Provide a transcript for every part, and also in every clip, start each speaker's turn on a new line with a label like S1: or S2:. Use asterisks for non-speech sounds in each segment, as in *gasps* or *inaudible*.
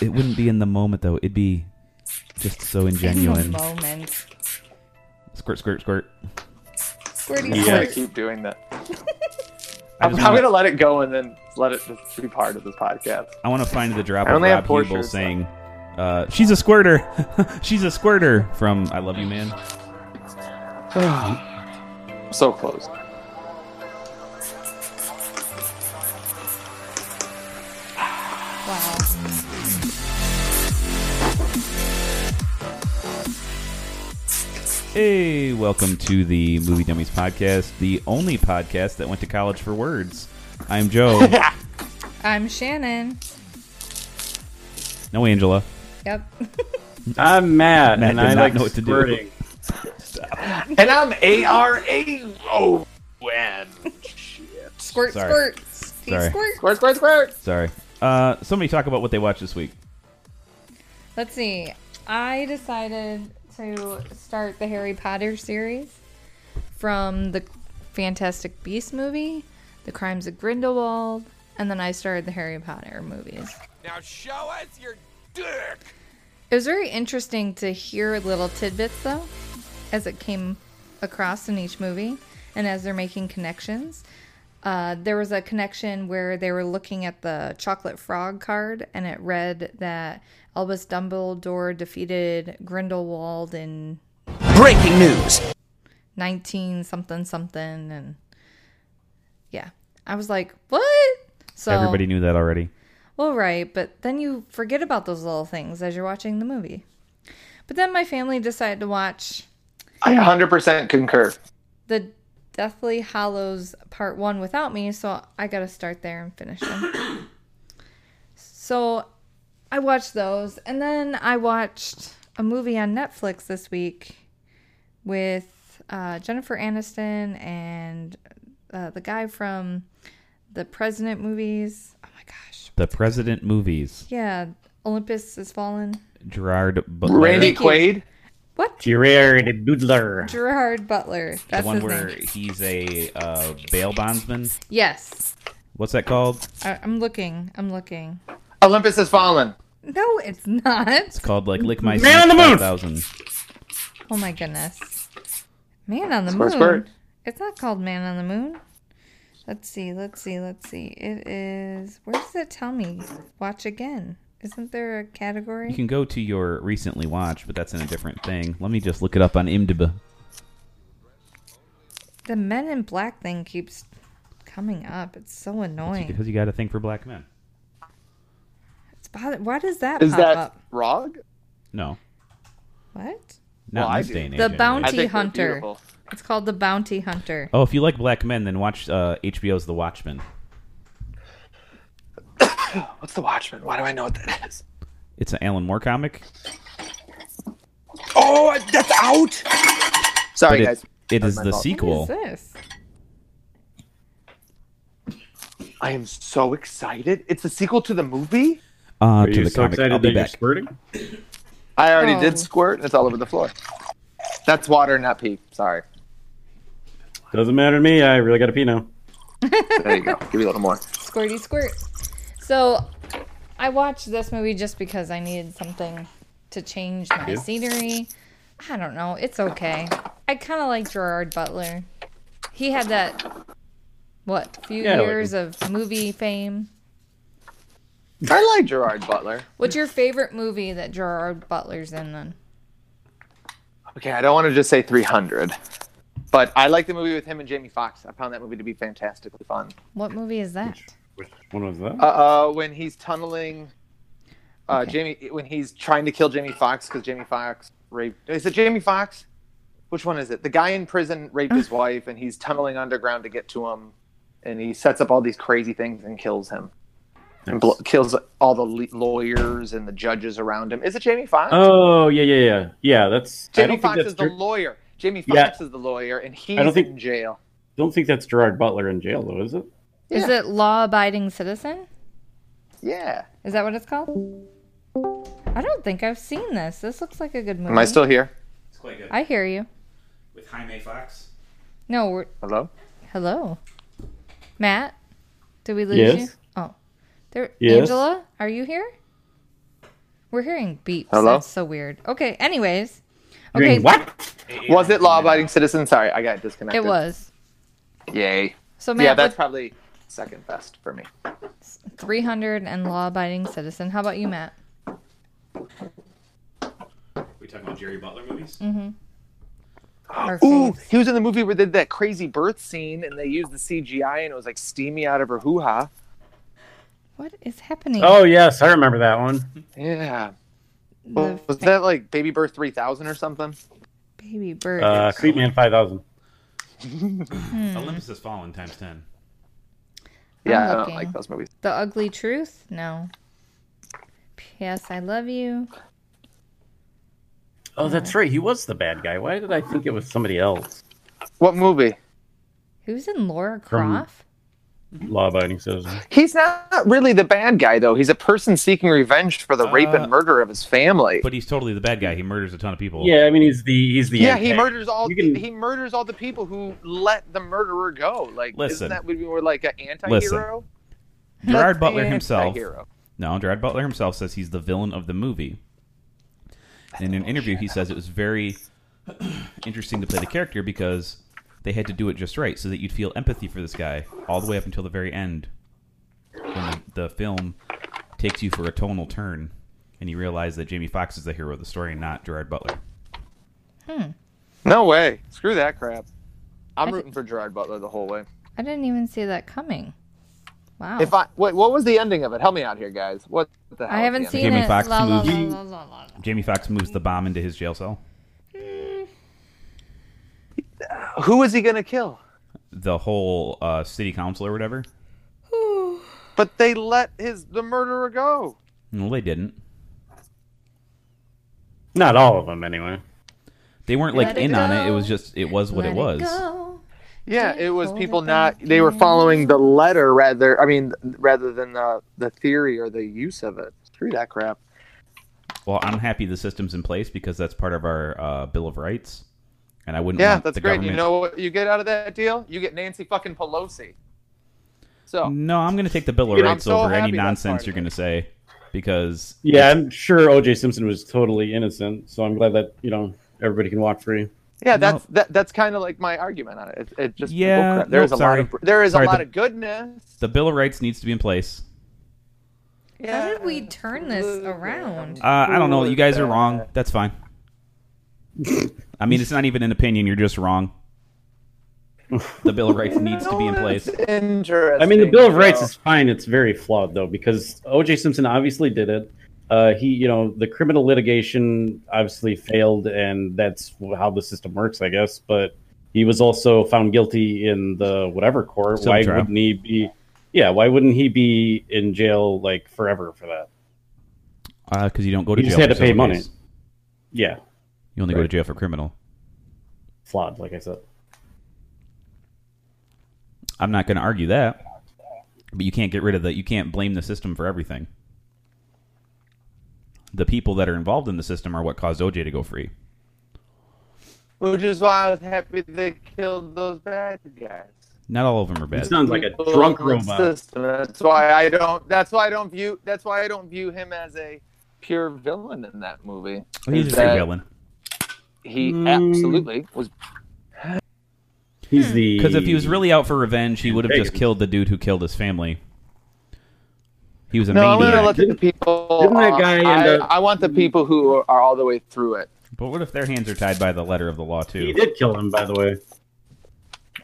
S1: it wouldn't be in the moment though. It'd be just so
S2: In
S1: ingenuine.
S2: the moment.
S1: Squirt, squirt, squirt.
S2: Squirty
S3: Yeah,
S2: squirt.
S3: keep doing that.
S1: I
S3: I'm,
S1: just
S3: I'm
S1: wanna-
S3: gonna let it go and then let it just be part of this podcast.
S1: I want to find the drop
S3: I
S1: of
S3: only
S1: Rob
S3: have four
S1: Hubel
S3: shirts
S1: saying, uh, "She's a squirter, *laughs* she's a squirter." From "I Love You, Man."
S3: so close.
S2: Wow.
S1: Hey, welcome to the Movie Dummies podcast, the only podcast that went to college for words. I'm
S3: *laughs*
S1: Joe.
S2: I'm Shannon.
S1: no, Angela.
S2: Yep. *laughs*
S4: I'm Matt,
S1: Matt
S4: and
S1: did
S4: I
S1: not
S4: like
S1: know what to do.
S4: squirting.
S3: And I'm A R A O N. Shit.
S2: Squirt,
S1: Sorry.
S2: squirt. Tea
S1: Sorry.
S2: squirt.
S3: Squirt, squirt, squirt.
S1: Sorry. Uh, somebody talk about what they watched this week.
S2: Let's see. I decided to start the Harry Potter series from the Fantastic Beast movie, The Crimes of Grindelwald, and then I started the Harry Potter movies.
S5: Now show us your dick!
S2: It was very interesting to hear little tidbits, though, as it came across in each movie and as they're making connections. Uh, there was a connection where they were looking at the chocolate frog card and it read that Albus Dumbledore defeated Grindelwald in
S5: Breaking news!
S2: 19 something something. And yeah, I was like, what? So,
S1: Everybody knew that already.
S2: well, right, but then you forget about those little things as you're watching the movie. But then my family decided to watch
S3: I 100% concur.
S2: the Deathly Hollows Part 1 without me, so I got to start there and finish them. so I watched those, and then I watched a movie on Netflix this week with uh, Jennifer Aniston and uh, the guy from the President movies. Oh my gosh.
S1: The President movies.
S2: Yeah, Olympus has fallen.
S1: Gerard Butler.
S3: Randy
S2: Thank you.
S3: Quaid.
S2: What?
S4: Gerard Doodler.
S2: Gerard Butler.
S1: The
S2: That's
S1: one
S2: his
S1: where
S2: name.
S1: he's a uh, bail bondsman.
S2: Yes.
S1: What's that called?
S2: I- I'm looking. I'm looking.
S3: Olympus has fallen.
S2: No, it's not.
S1: It's called like Lick My
S4: Man on the Moon!
S1: Thousand.
S2: Oh my goodness. Man on the
S3: Squirt,
S2: Moon.
S3: squirt.
S2: It's not called Man on the Moon. Let's see. Let's see. Let's see. It is. Where does it tell me? Watch again. Isn't there a
S1: You
S2: category?
S1: can go to your recently watched, but that's in a different thing. Let me just look it up on IMDb.
S2: The Men in Black thing keeps coming up. It's so annoying.
S1: Because you got a thing for black men.
S2: It's bother- Why does that
S3: Is
S2: pop
S3: that
S2: up?
S3: wrong?
S1: No,
S2: What?
S1: not
S3: Well,
S1: in
S3: I
S1: this
S3: do.
S1: day and age.
S2: The
S1: anyway.
S2: bounty-
S3: I think they're
S2: Hunter.
S3: beautiful.
S2: It's called The Bounty Hunter.
S1: Oh, if you like black men, then watch uh, HBO's The Watchmen.
S3: What's the Watchman? Why do I know what that is?
S1: It's an Alan Moore comic.
S3: Oh, that's out. Sorry,
S1: it-
S3: guys.
S1: it
S3: That's
S1: is
S3: my
S1: the
S3: fault.
S1: sequel.
S2: What is this?
S3: I am so excited. It's a sequel to the movie.
S1: Uh,
S4: Are
S1: to
S4: you
S1: the
S4: so
S1: comic. I'll
S4: excited
S1: be
S4: that you're
S1: back.
S4: squirting?
S3: I already
S2: Oh.
S3: did squirt, and it's all over the floor. That's water, not pee. Sorry.
S4: Doesn't matter to me. I really got to pee now.
S3: There you go. Give me a little more.
S2: Squirty squirt. So I watched this movie just because I needed something to change my scenery. I don't know. It's okay. I kind of like Gerard Butler. He had that what few
S4: Yeah, I like
S2: years of movie fame.
S3: I like Gerard Butler.
S2: What's your favorite movie that Gerard Butler's in? Then
S3: Okay, I don't want to just say 300, but I like the movie with him and Jamie Foxx. I found that movie to be fantastically fun.
S2: what movie is that?
S4: Which one was that?
S3: Uh, uh when he's tunneling, uh,
S2: Okay.
S3: Jamie, when he's trying to kill Jamie Foxx because Jamie Foxx raped. Is it Jamie Foxx? Which one is it? The guy in prison raped his
S4: Mm.
S3: wife, and he's tunneling underground to get to him, and he sets up all these crazy things and kills him. And bl- kills all the le- lawyers and the judges around him. Is it Jamie Foxx?
S4: oh yeah, yeah, yeah, yeah. That's. I
S3: Jamie
S4: don't
S3: Foxx
S4: think
S3: is
S4: that's.
S3: the
S4: Ger-
S3: lawyer. Jamie
S4: Yeah.
S3: Foxx is the lawyer, and he's
S4: don't think-
S3: in jail.
S4: don't think that's Gerard Butler in jail though, is it?
S2: Is it Law Abiding Citizen?
S3: Yeah.
S2: Is that what it's called? I don't think I've seen this. This looks like a good movie.
S3: Am I still here?
S1: It's quite good.
S2: I hear you.
S1: With Jaime Fox.
S2: No, we're,
S3: Hello.
S2: Hello. Matt, did we lose
S4: Yes.
S2: you? Oh. There
S4: Yes.
S2: Angela, are you here? We're hearing beeps.
S3: Hello?
S2: That's so weird. Okay. Anyways.
S4: You're
S2: Okay.
S4: doing what?
S3: Was it law-abiding citizen? Sorry, I got disconnected.
S2: It was.
S3: Yay.
S2: So
S3: yeah,
S2: Matt,
S3: that's
S2: that's
S3: probably second best for me.
S2: 300 and law-abiding citizen. How about you, Matt?
S3: *gasps*
S1: We talking about Jerry Butler movies?
S2: Or
S3: Ooh,
S2: faves?
S3: he was in the movie where they did that crazy birth scene, and they used the CGI, and it was like steamy out of her hoo ha.
S2: What is happening?
S4: Oh yes, I remember that one.
S3: Yeah.
S2: the
S3: was
S2: fa-
S3: that like Baby Birth three thousand or something?
S2: baby bird.
S4: Uh, Creepman five thousand.
S2: Hmm.
S1: Olympus Has Fallen times ten.
S3: Yeah, I don't
S2: looking.
S3: like those movies.
S2: the ugly truth? No. P.S. I love you.
S4: Oh, that's right. He was the bad guy. Why did I think it was somebody else?
S3: What movie?
S2: Who's in Laura Croft?
S4: Law-abiding citizen.
S3: He's not really the bad guy though. He's a person seeking revenge for the rape
S1: Uh,
S3: and murder of his family.
S1: But he's totally the bad guy. He murders a ton of people.
S4: Yeah, I mean he's the he's the
S3: yeah, he
S4: antagonist.
S3: murders all
S4: You can-
S3: he murders all the people who let the murderer go. Like
S1: Listen.
S3: isn't that would be more like an anti-hero? That's
S1: Gerard
S3: the
S1: Butler himself.
S3: anti-hero.
S1: No, Gerard Butler himself says he's the villain of the movie. And in an interview, he says it was very *clears throat* interesting to play the character because they had to do it just right so that you'd feel empathy for this guy all the way up until the very end when the, the film takes you for a tonal turn and you realize that Jamie Foxx is the hero of the story and not Gerard Butler.
S3: No way. Screw that crap. I'm
S2: I thi-
S3: rooting for Gerard Butler the whole way.
S2: I didn't even see that coming. Wow.
S3: If I wait, what was the ending of it? Help me out here, guys. What the hell?
S2: Oh. I
S3: was
S2: haven't
S3: the
S2: seen
S3: ending?
S1: Jamie
S2: it.
S1: Foxx
S2: La, la,
S1: movie.
S2: la, la, la, la, la.
S1: Jamie Foxx moves the bomb into his jail cell.
S3: Who is he gonna kill?
S1: The whole uh, city council or whatever.
S3: But they let his the murderer go.
S1: No, they didn't.
S4: Not all of them anyway.
S1: They weren't like
S2: Let it
S1: in on it. It
S2: go.
S1: was just it was what
S2: Let
S1: it was.
S2: go.
S3: Yeah,
S2: Can't
S3: it was
S2: hold
S3: people
S2: it
S3: not.
S2: back
S3: They were
S2: in.
S3: following the letter rather. I mean, rather than the the theory or the use of it. Screw that crap.
S1: Well, I'm happy the system's in place because that's part of our uh, Bill of Rights, and I wouldn't.
S3: Yeah,
S1: want
S3: that's
S1: the
S3: great.
S1: Government...
S3: You know what you get out of that deal? You get Nancy fucking Pelosi. So
S1: No, I'm going to take the Bill of
S3: You know, I'm
S1: Rights
S3: so
S1: over any
S3: happy that's part
S1: nonsense
S3: of
S1: you're
S3: it.
S1: going to say because
S4: Yeah, I'm sure O.J. Simpson was totally innocent, so I'm glad that you know everybody can walk free.
S3: yeah, that's that, that's kind of like my argument on it. It, it just
S1: Yeah,
S3: bullcrap. There's
S1: no,
S3: a lot
S1: sorry.
S3: of there is
S1: Sorry,
S3: a lot
S1: the-
S3: of goodness.
S1: the Bill of Rights needs to be in place.
S2: How did we turn this around?
S1: Uh, I don't know. You guys are wrong. That's fine. I mean, it's not even an opinion. You're just wrong. The Bill of Rights needs to be in place.
S3: Interesting.
S4: I mean, the Bill of Rights
S3: though.
S4: is fine. It's very flawed though because O.J. Simpson obviously did it. Uh, he, you know, the criminal litigation obviously failed, and that's how the system works, I guess. But he was also found guilty in the whatever court.
S1: Civil
S4: why
S1: trial.
S4: wouldn't he be? Yeah, why wouldn't he be in jail like forever for that?
S1: Because Uh, you don't go to
S4: You
S1: jail.
S4: just had
S1: for
S4: to pay
S1: civil
S4: money.
S1: case.
S4: Yeah,
S1: You only go
S4: Right.
S1: to jail for criminal.
S4: flawed, like I said.
S1: I'm not going to argue that, but you can't get rid of the. You can't blame the system for everything. The people that are involved in the system are what caused OJ to go free.
S3: which is why I was happy they killed those bad guys.
S1: Not all of them are
S4: It
S1: bad.
S4: sounds like a drunk
S3: Well,
S4: robot.
S3: system. That's why I don't. That's why I don't view. That's why I don't view him as a pure villain in that movie.
S1: He's
S3: Is
S1: just
S3: that
S1: a villain.
S3: He
S4: Mm.
S3: absolutely was.
S4: He's the
S1: Because if he was really out for revenge, he would have just
S4: Vegas.
S1: killed the dude who killed his family. He was a
S3: No, I'm gonna
S1: maniac.
S3: let the people.
S4: Didn't that
S3: uh,
S4: guy end
S3: I,
S4: up-
S3: I want the people who are, are all the way through it.
S1: But what if their hands are tied by the letter of the law too?
S4: he did kill him, by the way.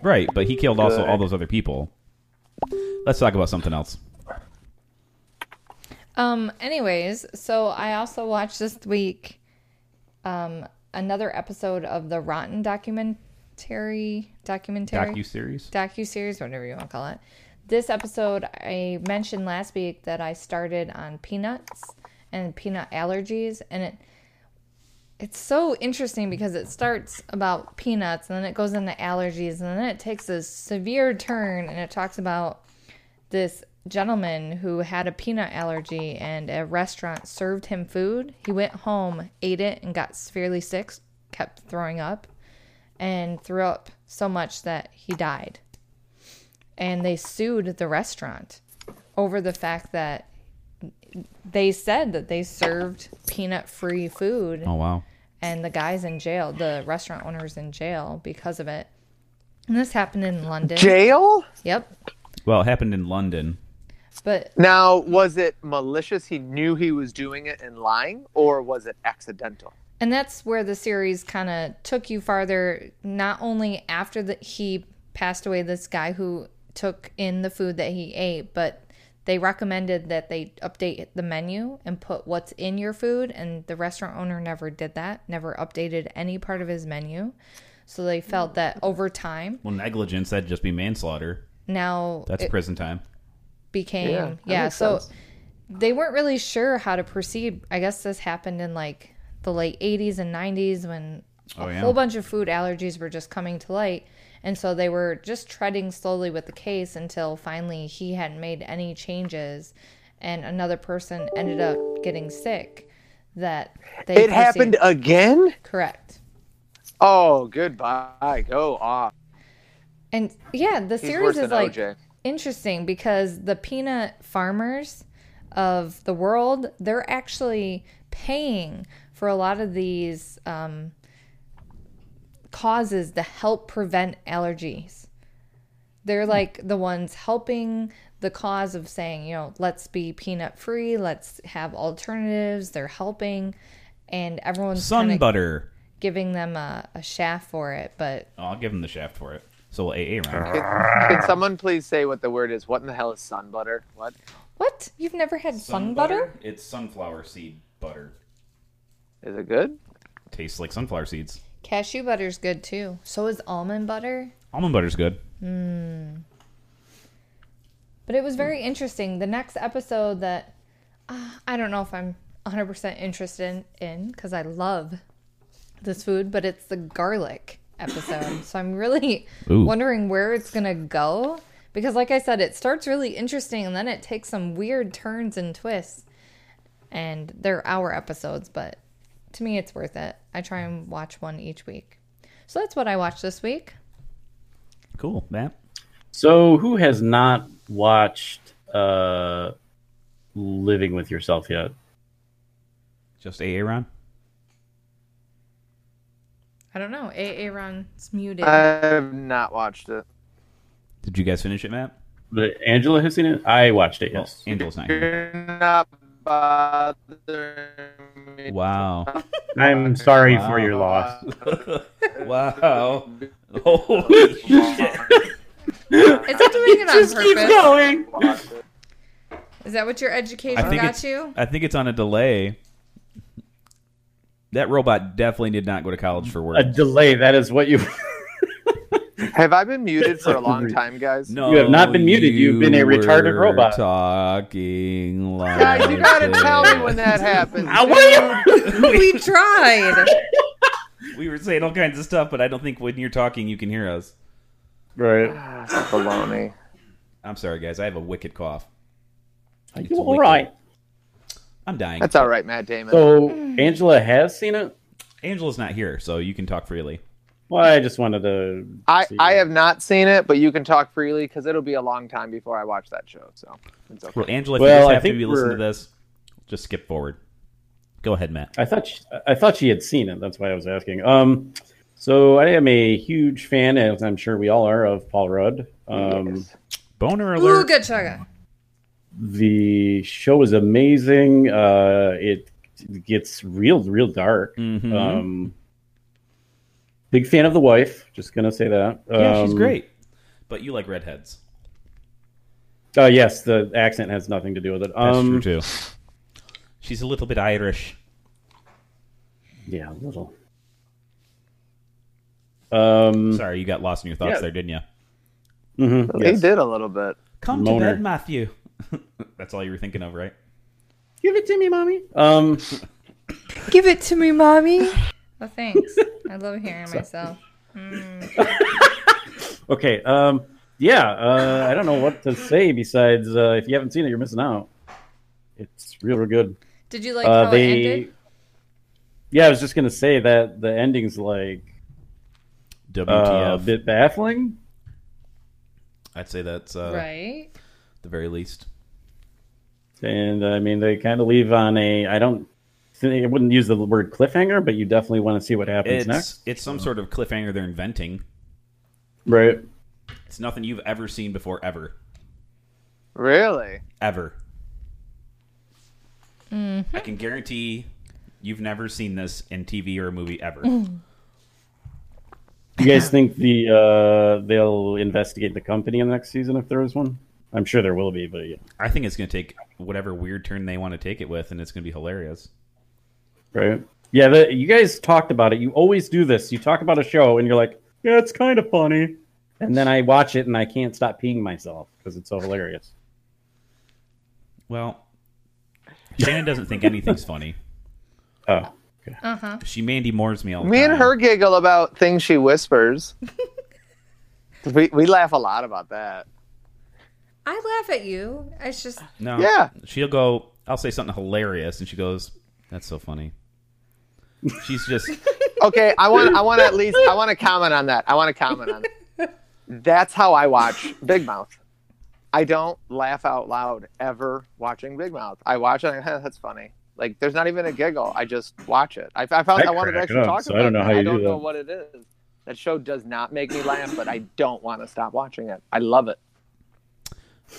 S1: Right, but he killed also
S3: Good.
S1: all those other people. Let's talk about something else.
S2: Um. Anyways, so I also watched this week, um, another episode of the Rotten documentary documentary
S1: Docu series.
S2: docu series, whatever you want to call it. This episode, I mentioned last week that I started on peanuts and peanut allergies, and it it's so interesting because it starts about peanuts and then it goes into allergies and then it takes a severe turn and it talks about this gentleman who had a peanut allergy and a restaurant served him food. He went home, ate it, and got severely sick, kept throwing up, and threw up so much that he died. And they sued the restaurant over the fact that they said that they served peanut free food
S1: Oh wow.
S2: and the guy's in jail the restaurant owner's in jail because of it and this happened in london
S3: Jail?
S2: yep
S1: Well, it happened in London.
S2: but
S3: Now, was it malicious? He knew he was doing it and lying, or was it accidental?
S2: and that's where the series kind of took you farther not only after that he passed away this guy who took in the food that he ate but they recommended that they update the menu and put what's in your food and the restaurant owner never did that never updated any part of his menu so they felt that over time
S1: Well, negligence that'd just be manslaughter.
S2: now
S1: That's
S2: it-
S1: prison time.
S2: became
S3: Yeah,
S2: yeah,
S3: that makes
S2: so
S3: sense.
S2: they weren't really sure how to proceed i guess this happened in like the late 80s and 90s when
S1: Oh,
S2: a
S1: yeah.
S2: whole bunch of food allergies were just coming to light and so they were just treading slowly with the case until finally he hadn't made any changes and another person ended up getting sick that they
S3: It
S2: perceived-
S3: happened again?
S2: correct
S3: Oh, goodbye. Go off.
S2: and yeah the
S3: He's
S2: series
S3: worse
S2: is
S3: than
S2: like
S3: OJ.
S2: interesting because the peanut farmers of the world they're actually paying for a lot of these um, causes to help prevent allergies
S3: Hmm.
S2: they're like the ones helping the cause of saying you know let's be peanut free let's have alternatives they're helping and everyone's
S1: Sun
S2: kind of
S1: butter.
S2: giving them a, a shaft for it but
S1: Oh, I'll give him the shaft for it. So we'll AA round.
S3: Could, could someone please say what the word is? What in the hell is sun butter? What?
S2: what you've never had sun, butter?
S1: It's sunflower seed butter.
S3: Is it good?
S1: Tastes like sunflower seeds.
S2: Cashew butter's good too. So is almond butter.
S1: Almond butter's good.
S2: But it was very interesting. The next episode that uh, I don't know if I'm 100% interested in because I love this food, but it's the garlic episode. so I'm really
S1: Ooh.
S2: wondering where it's going to go because, like I said, it starts really interesting and then it takes some weird turns and twists. And they're hour episodes, but to me, it's worth it. I try and watch one each week. So that's what I watched this week.
S1: Cool, Matt.
S4: So, who has not watched uh, Living with Yourself yet?
S1: Just AA round.
S2: I don't know. Aaron's muted.
S3: I've not watched it.
S1: Did you guys finish it, Matt?
S4: But Angela has seen it. I watched it.
S2: Oh.
S4: Yes.
S1: Well, Angela's not here.
S3: You're not bothering me.
S1: Wow.
S4: I'm sorry
S1: Wow.
S4: for your loss.
S3: *laughs*
S1: wow. *laughs* Holy shit.
S2: Is it doing *laughs* it on purpose?
S4: going.
S2: Is that what your education
S1: I think
S2: got
S1: it's- *laughs*
S2: you?
S1: I think it's on a delay. That robot definitely did not go to college for work.
S4: A delay. That is what you.
S3: Have I
S4: *laughs*
S3: been muted for a long time, guys?
S1: No,
S4: You have not been muted. You've been a
S1: you
S4: retarded
S1: were
S4: robot.
S1: Talking like
S3: Guys, you gotta tell me when
S1: this.
S3: that happened.
S4: *laughs* I want you.
S2: we tried.
S1: We were saying all kinds of stuff, but I don't think when you're talking, you can hear us.
S4: *laughs* Right.
S3: Baloney.
S1: I'm sorry, guys. I have a wicked cough.
S4: Are
S1: It's
S4: you all
S1: wicked.
S4: right?
S1: I'm dying.
S3: That's all right, Matt Damon.
S4: So Angela has seen it.
S1: Angela's not here, so you can talk freely.
S4: Well, I just wanted to.
S3: I,
S4: see.
S3: I have not seen it, but you can talk freely because it'll be a long time before I watch that show. So it's okay.
S1: Well, Angela, if
S4: Well,
S1: you just
S4: I
S1: have to
S4: think
S1: be listening to
S4: we're-
S1: this, just skip forward. Go ahead, Matt.
S4: I thought she, I thought she had seen it. That's why I was asking. Um, so I am a huge fan, as I'm sure we all are, of Paul Rudd. Um,
S3: Yes.
S1: Boner *laughs* alert.
S2: Ooh, good chugga.
S4: The show is amazing. Uh, it gets real, real dark.
S1: Mhm.
S4: Um, big fan of the wife. Just gonna say that.
S1: yeah, she's
S4: Um,
S1: great. But you like redheads.
S4: Uh, yes, the accent has nothing to do with it.
S1: That's
S4: Um,
S1: true too. She's a little bit Irish.
S4: Yeah, a little. Um,
S1: Sorry, you got lost in your thoughts
S4: Yeah.
S1: there, didn't you?
S4: mhm,
S3: Well,
S4: yes.
S3: They did a little bit.
S1: Come
S4: Moaner.
S1: to bed, Matthew. *laughs* That's all you were thinking of, right?
S4: Uh, Give it to me, mommy. Um,
S2: Give it to me, mommy. Oh, thanks.
S1: *laughs*
S2: I love hearing myself.
S4: okay. Um, yeah. Uh, I don't know what to say besides uh, if you haven't seen it, you're missing out. It's real, real good.
S2: Did you like
S4: uh,
S2: how it
S4: they.
S2: ended?
S4: Yeah, I was just gonna say that the ending's like uh, a
S1: WTF.
S4: bit baffling.
S1: I'd say that's uh,
S2: right.
S1: the very least.
S4: and I mean they kind of leave on a. I don't. I wouldn't use the word cliffhanger, but you definitely want to see what happens
S1: It's
S4: next, Uh,
S1: it's some sort of cliffhanger they're inventing.
S4: right?
S1: It's nothing you've ever seen before, ever,
S3: Really?
S1: ever. I can guarantee you've never seen this in TV or a movie ever.
S4: You guys think the uh, they'll investigate the company in the next season if there is one? I'm sure there will be, but yeah.
S1: I think it's going to take whatever weird turn they want to take it with, and it's going to be hilarious.
S4: right? Yeah, the, you guys talked about it. You always do this. You talk about a show, and you're like, "Yeah, it's kind of funny," and then I watch it, and I can't stop peeing myself because it's so hilarious.
S3: *laughs*
S1: Well, Shannon doesn't think anything's funny.
S4: Oh,
S2: Uh-huh.
S1: She Mandy Moores me all the
S3: Me
S1: time.
S3: and her giggle about things she whispers. *laughs* we we laugh a lot about that.
S2: I laugh at you. It's just
S1: No.
S3: Yeah.
S1: She'll go, I'll say something hilarious, and she goes, That's so funny. She's just,
S3: Okay, I want I want to at least I want to comment on that. I want to comment on that. That's how I watch Big Mouth. I don't laugh out loud ever watching Big Mouth. I watch it. And, "Huh, that's funny. Like there's not even a giggle. I just watch it. I, I found
S4: I
S3: I, wanted to
S4: crack
S3: actually
S4: up,
S3: talk
S4: so I
S3: about.
S4: don't know
S3: that.
S4: how you
S3: I
S4: do
S3: don't know
S4: that.
S3: what it is. That show does not make me laugh, but I don't want to stop watching it. I love it.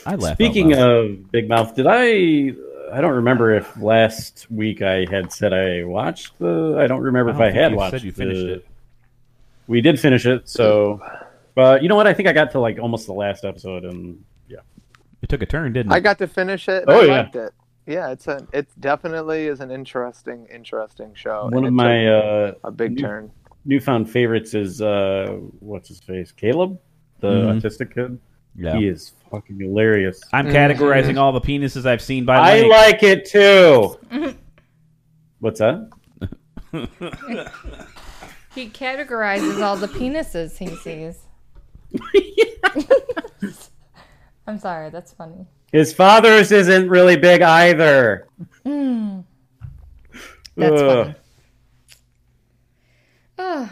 S1: I laugh. out
S4: Speaking
S1: loud.
S4: of Big Mouth, did I? I don't remember if last week I had said I watched the. I don't remember
S1: I don't
S4: if I
S1: think
S4: had
S1: you
S4: watched.
S1: said you finished
S4: the-
S1: it.
S4: We did finish it, so. But you know what? I think I got to like almost the last episode, and yeah,
S1: It took a turn, didn't it?
S3: I got to finish it. And
S4: Hmm. Oh,
S3: I
S4: yeah.
S3: liked it. Yeah, it's a it definitely is an interesting interesting show.
S4: one
S3: and Oh,
S4: of
S3: it
S4: my
S3: took
S4: uh,
S3: a big
S4: new-
S3: turn.
S4: newfound favorites is uh what's his face caleb the
S1: Mhm.
S4: autistic kid
S1: yeah.
S4: he is fucking hilarious
S1: I'm
S3: Mhm.
S1: categorizing all the penises I've seen by
S4: i
S1: length.
S4: like
S1: *laughs*
S4: it too what's that
S2: he categorizes all the penises he
S1: *laughs*
S2: sees. I'm sorry, that's funny.
S4: his father's isn't really big either
S2: Hmm. That's
S4: Ugh.
S2: funny. Ugh.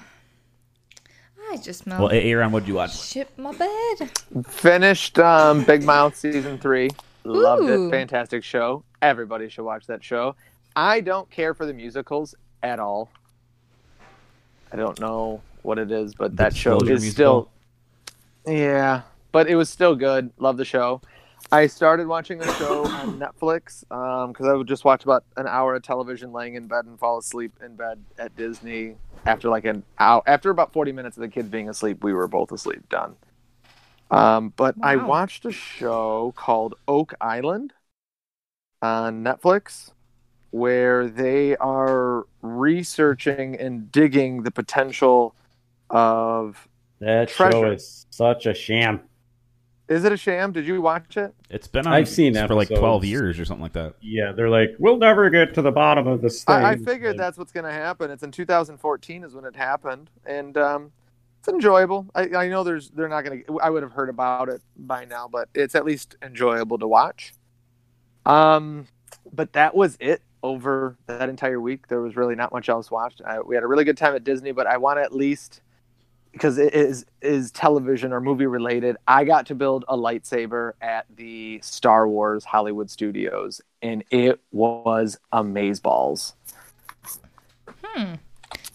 S2: I just smell
S1: well, Aaron, what'd you watch?
S2: shit my bed.
S3: Finished um, Big Mouth season three. Loved
S2: Ooh.
S3: it. Fantastic show. Everybody should watch that show. I don't care for the musicals at all. I don't know what it is, but that show
S1: Disclosure
S3: is
S1: musical?
S3: still. Yeah, but it was still good. Love the show. I started watching a show on Netflix because I would just watch about an hour of television laying in bed and fall asleep in bed at Disney after like an hour. After about 40 minutes of the kids being asleep, we were both asleep, done. Um, but I
S2: Wow.
S3: watched a show called Oak Island on Netflix where they are researching and digging the potential of.
S4: that show
S3: Treasure.
S4: is such a sham
S3: Is it a sham? Did you watch it?
S1: It's been on
S4: I've seen
S1: for like 12
S4: episodes.
S1: years or something like that.
S4: yeah they're like we'll never get to the bottom of this thing
S3: I, I figured that's what's going to happen. It's in 2014 is when it happened, and um, it's enjoyable. I, I know there's they're not going to. I would have heard about it by now, but it's at least enjoyable to watch. Um, but that was it over that entire week. There was really not much else watched. I, we had a really good time at Disney, but I want to at least because it is is television or movie related. I got to build a lightsaber at the Star Wars Hollywood Studios, and it was amazeballs.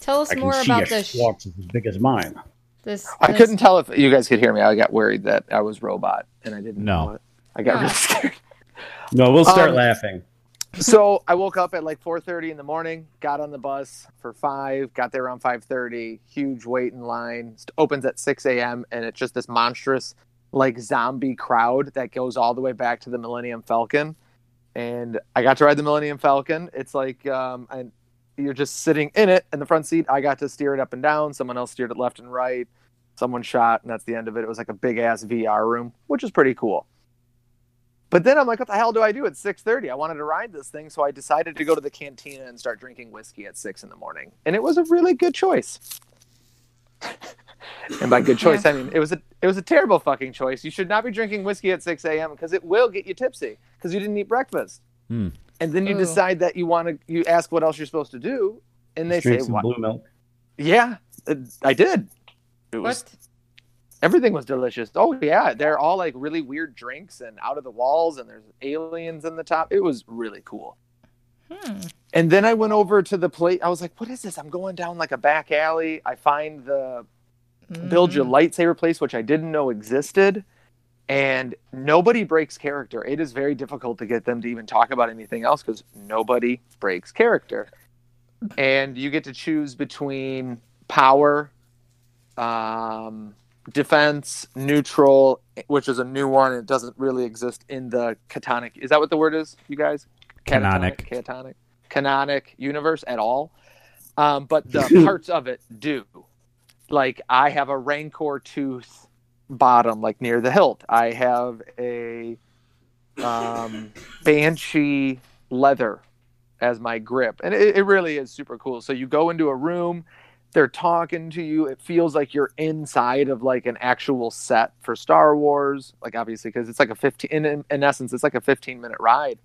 S2: Tell us
S4: I can
S2: more
S4: see
S2: about
S4: a
S2: this. sh-
S4: swamp as big as mine
S2: This, this
S3: I couldn't tell if you guys could hear me. I got worried that I was robot and I didn't
S1: No.
S3: know it. I got
S2: No.
S3: really *laughs* scared.
S4: no we'll start
S3: Um,
S4: laughing
S3: So I woke up at like 4:30 in the morning, got on the bus for five, got there around 5:30. Huge wait in line. It opens at 6 a.m. and it's just this monstrous like zombie crowd that goes all the way back to the Millennium Falcon. And I got to ride the Millennium Falcon. It's like um, and you're just sitting in it in the front seat. I got to steer it up and down. Someone else steered it left and right. Someone shot, and that's the end of it. It was like a big ass VR room, which is pretty cool. But then I'm like, what the hell do I do at 6:30? I wanted to ride this thing, so I decided to go to the cantina and start drinking whiskey at six in the morning, and it was a really good
S4: *laughs*
S3: choice. and by good choice, I mean it was a it was a terrible fucking choice. You should not be drinking whiskey at 6 a.m. because it will get you tipsy because you didn't eat breakfast.
S1: Hmm.
S3: And then you
S2: Ooh.
S3: decide that you want to. You ask what else you're supposed to do, and they
S4: Drink
S3: say,
S4: some
S3: "What?
S4: blue milk
S3: Yeah, it- I did. It was
S2: What?
S3: Everything was delicious. Oh yeah, they're all like really weird drinks and out of the walls, and there's aliens in the top. It was really cool.
S2: Hmm.
S3: And then I went over to the plate. I was like, "What is this?" I'm going down like a back alley. I find the build your
S2: Mm.
S3: lightsaber place, which I didn't know existed. And nobody breaks character. It is very difficult to get them to even talk about anything else because nobody breaks character. And you get to choose between power, um, defense, neutral, which is a new one. It doesn't really exist in the catonic. Is that what the word is, you guys?
S1: Canonic.
S3: Catatonic, Catonic. Canonic universe at all. Um, but the parts of it do like I have a rancor tooth bottom, like near the hilt. I have a um, banshee leather as my grip, and it, it really is super cool. So you go into a room, they're talking to you. It feels like you're inside of like an actual set for Star Wars, like obviously because it's like a fifteen. In, in essence, it's like a fifteen minute ride,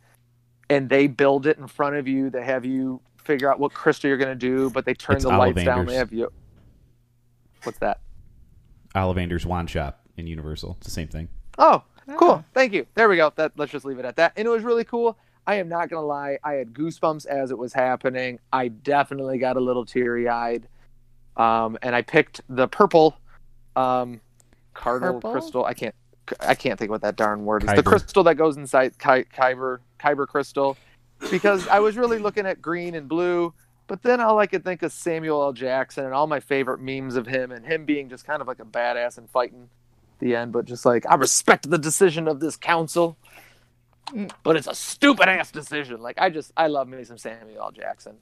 S3: and they build it in front of you. They have you figure out what crystal you're going to do, but they turn
S1: It's
S3: the lights down.
S1: Ollivanders.
S3: They have you. What's that?
S1: Ollivander's wand shop in Universal. It's the same thing.
S3: Oh,
S2: Oh.
S3: cool. Thank you. There we go. That let's just leave it at that. And it was really cool. I am not gonna lie. I had goosebumps as it was happening. I definitely got a little teary eyed. Um, and I picked the purple, um, cardinal
S2: Purple?
S3: crystal. I can't. I can't think what that darn word is. The
S1: Kyber.
S3: crystal that goes inside Ky- Kyber Kyber crystal, because I was really looking at green and blue. But then all I could think of Samuel L. Jackson and all my favorite memes of him and him being just kind of like a badass and fighting the end, but just like I respect the decision of this council,
S2: Mm.
S3: but it's a stupid ass decision. Like I just I love me some Samuel L. Jackson,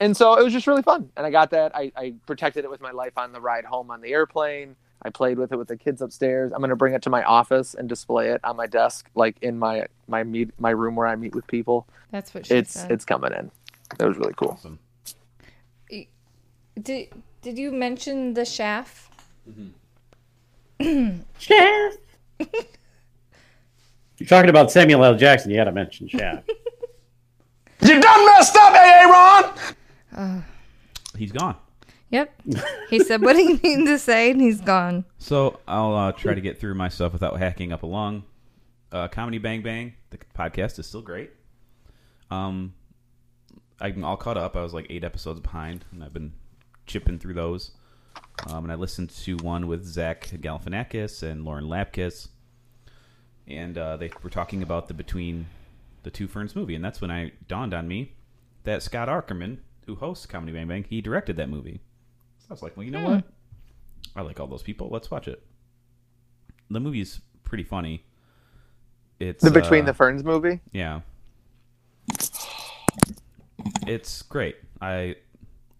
S3: and so it was just really fun. And I got that. I, I protected it with my life on the ride home on the airplane. I played with it with the kids upstairs. I'm gonna bring it to my office and display it on my desk, like in my my meet my room where I meet with people.
S2: That's what she
S3: It's
S2: said.
S3: it's coming in. It was really cool.
S1: Awesome.
S2: Did Did you mention the shaft?
S4: *laughs* You're talking about Samuel L. Jackson. You had to mention Shaft.
S3: You done messed up, Aaron.
S1: He's gone.
S3: *laughs*
S2: Yep. he said what he needed to say, and he's gone.
S1: So I'll uh, try to get through my stuff without hacking up a lung. Uh, Comedy Bang Bang, the podcast is still great. Um, I'm all caught up. I was like eight episodes behind, and I've been chipping through those. Um, and I listened to one with Zach Galifianakis and Lauren Lapkus, and uh, they were talking about the Between the Two Ferns movie, and that's when I dawned on me that Scott Ackerman, who hosts Comedy Bang Bang, he directed that movie. So I was like, well, you know what? I like all those people. Let's watch it. The movie's pretty funny. It's
S3: The Between
S1: uh,
S3: the Ferns movie.
S1: yeah. It's great. I,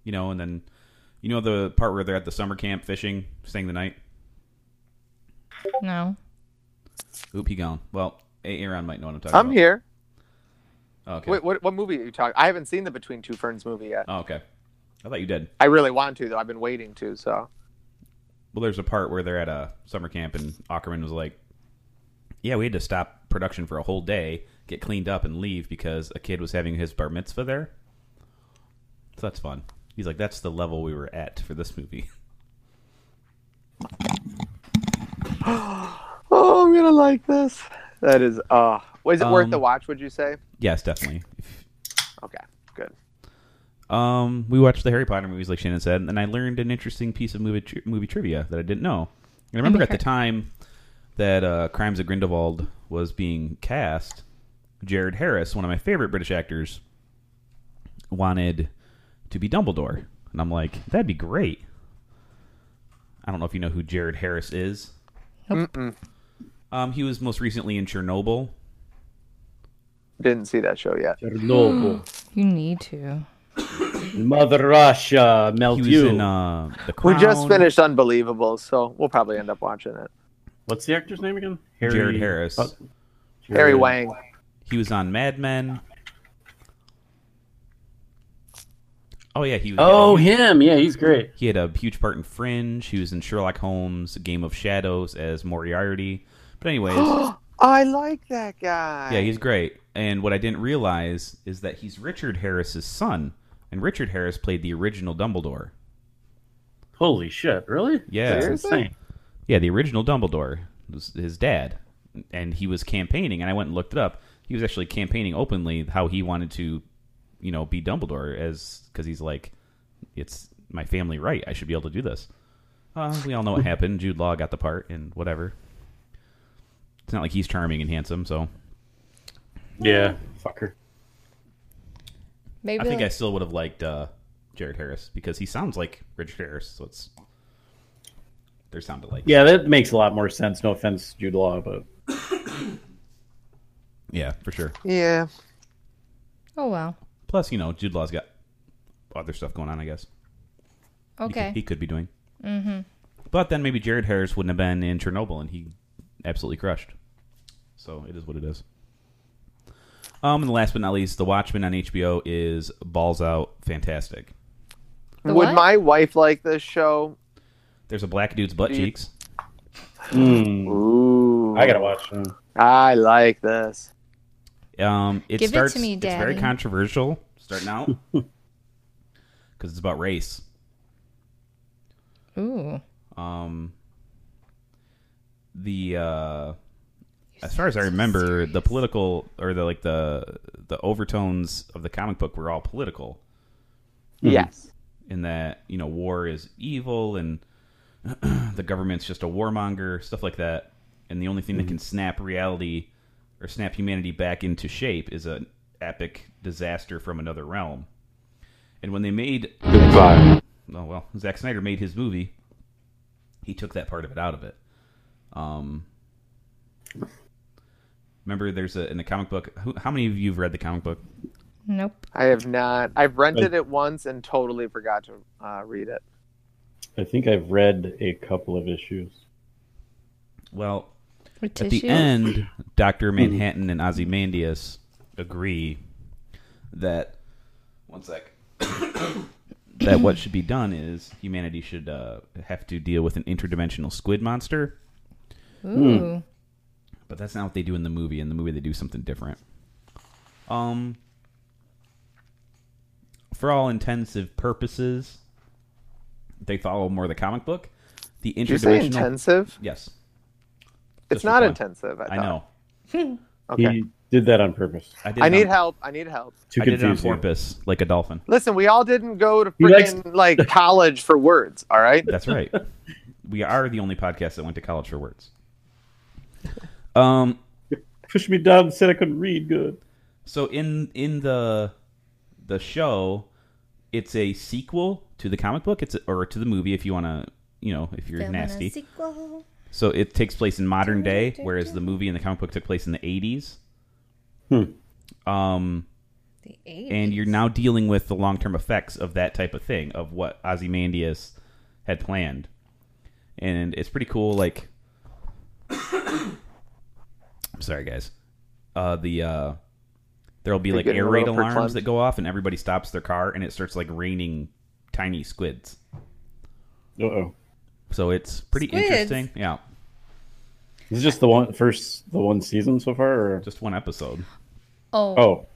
S1: you know, and then, you know, the part where they're at the summer camp fishing, staying the night.
S2: No.
S1: Oop, he gone. Well, A- Aaron might know what I'm talking
S3: I'm
S1: about.
S3: here.
S1: Oh, okay.
S3: Wait, what what movie are you talking? I haven't seen the Between Two Ferns movie yet.
S1: Oh, okay. I thought you did.
S3: I really want to though. I've been waiting to. So
S1: Well, there's a part where they're at a summer camp, and Ackerman was like, "Yeah, we had to stop production for a whole day, get cleaned up, and leave because a kid was having his bar mitzvah there." So that's fun. He's like, "That's the level we were at for this movie." *laughs*
S3: oh, I'm gonna like this. That is. Uh, was it worth
S1: Um,
S3: the watch? Would you say?
S1: yes, definitely. If-
S3: Okay, good.
S1: Um, we watched the Harry Potter movies, like Shannon said, and I learned an interesting piece of movie tri- movie trivia that I didn't know. And I remember at the time that uh, Crimes of Grindelwald was being cast, Jared Harris, one of my favorite British actors, wanted to be Dumbledore, and I'm like, that'd be great. I don't know if you know who Jared Harris is. Um, he was most recently in Chernobyl.
S3: Didn't see that show yet.
S4: Chernobyl.
S2: You need to.
S4: *gasps* Mother Russia,
S1: He
S4: melt
S1: was
S4: you.
S1: in uh, The
S3: We
S1: Crown.
S3: just finished Unbelievable, so we'll probably end up watching it.
S4: What's the actor's name again?
S1: Jared Harris.
S4: Fuck, Jared-
S3: Harry Wang. *gasps*
S1: He was on Mad Men. Oh yeah, he was.
S4: Oh,
S1: he,
S4: him. Yeah, he's great.
S1: he had a huge part in Fringe. He was in Sherlock Holmes: Game of Shadows as Moriarty. But anyways,
S3: *gasps* I like that guy.
S1: yeah, he's great. And what I didn't realize is that he's Richard Harris's son, and Richard Harris played the original Dumbledore.
S4: Holy shit! Really?
S1: Yeah.
S4: That's insane.
S1: Yeah, the original Dumbledore was his dad, and he was campaigning. And I went and looked it up. He was actually campaigning openly how he wanted to, you know, be Dumbledore as because he's like, it's my family right. I should be able to do this. Uh, we all know what happened. Jude Law got the part, and whatever. It's not like he's charming and handsome, so
S4: Yeah, fucker.
S2: Maybe
S1: I think
S2: they'll-
S1: I still would have liked uh, Jared Harris because he sounds like Richard Harris. So it's they sound alike.
S4: Yeah, that makes a lot more sense. No offense, Jude Law, but
S1: yeah, for sure.
S3: Yeah.
S2: Oh wow.
S1: Plus, you know, Jude Law's got other stuff going on, I guess. He could-
S2: Okay.
S1: He could, be doing. Mm-hmm. But then maybe Jared Harris wouldn't have been in Chernobyl and he absolutely crushed. So it is what it is. Um, and last but not least, The Watchmen on HBO is balls out fantastic.
S2: The
S3: Would
S2: what?
S3: my wife like this show?
S1: There's a black dude's butt
S3: Dude.
S1: cheeks.
S3: Hmm.
S4: mm,
S3: Ooh.
S4: I gotta watch. it.
S3: I like this.
S1: Um, it
S2: Give it to
S1: starts.
S2: me,
S1: It's very
S2: Daddy.
S1: controversial
S2: *laughs*
S1: starting out because it's about race.
S2: Ooh.
S1: Um, the uh, as far as I remember, the political or the like the the overtones of the comic book were all political
S4: Hmm.
S3: Yes.
S1: in that you know war is evil and *clears throat* the government's just a warmonger, stuff like that. And the only thing that can snap reality or snap humanity back into shape is an epic disaster from another realm. And when they made oh well, Zack Snyder made his movie, he took that part of it out of it. Um, remember, there's a in the comic book. Who, how many of you have read the comic book?
S2: Nope.
S3: I have not. I've rented it once and totally forgot to uh, read it.
S4: I think I've read a couple of issues.
S1: Well,
S2: With
S1: At
S2: tissue.
S1: the end, Doctor Manhattan and Ozymandias agree that one sec *coughs* that what should be done is humanity should uh, have to deal with an interdimensional squid monster, Hmm.
S2: Ooh.
S1: but that's not what they do in the movie. In the movie, they do something different. Um, for all intensive purposes, they follow more the comic book. The
S3: Did you say
S1: interdimensional,
S3: intensive?
S1: yes,
S3: It's
S1: for
S3: not
S1: fun.
S3: intensive. I,
S1: I
S3: thought.
S1: know.
S3: Okay.
S4: He did that on purpose
S1: I, did
S3: I
S1: it
S3: need
S1: on-
S3: help. I need help.
S4: to
S1: I did it on
S4: confuse you.
S1: purpose, like a dolphin.
S3: Listen, we all didn't go to
S4: He likes-
S3: freaking
S4: *laughs*
S3: like college for words. All right.
S1: *laughs* That's right. we are the only podcast that went to college for words. Um.
S4: Pushed me down, said I couldn't read good.
S1: So in in the the show, it's a sequel to the comic book. It's a, or to the movie if you want to. You know, if you're nasty. So it takes place in modern day, whereas the movie and the comic book took place in the 80s. Um,
S2: The eight.
S1: and you're now dealing with the long term effects of that type of thing of what Ozymandias had planned, and it's pretty cool. Like, *coughs* I'm sorry, guys. Uh, the uh, there'll be
S3: You're
S1: like
S3: getting
S1: air
S3: a
S1: raid
S3: little
S1: alarms
S3: perplexed.
S1: that go off, and everybody stops their car, and it starts like raining tiny squids.
S4: Uh oh.
S1: So it's pretty
S2: Squids?
S1: interesting. Yeah,
S4: Is this just the one first the one season so far or
S1: just one episode.
S2: Oh.
S4: Oh,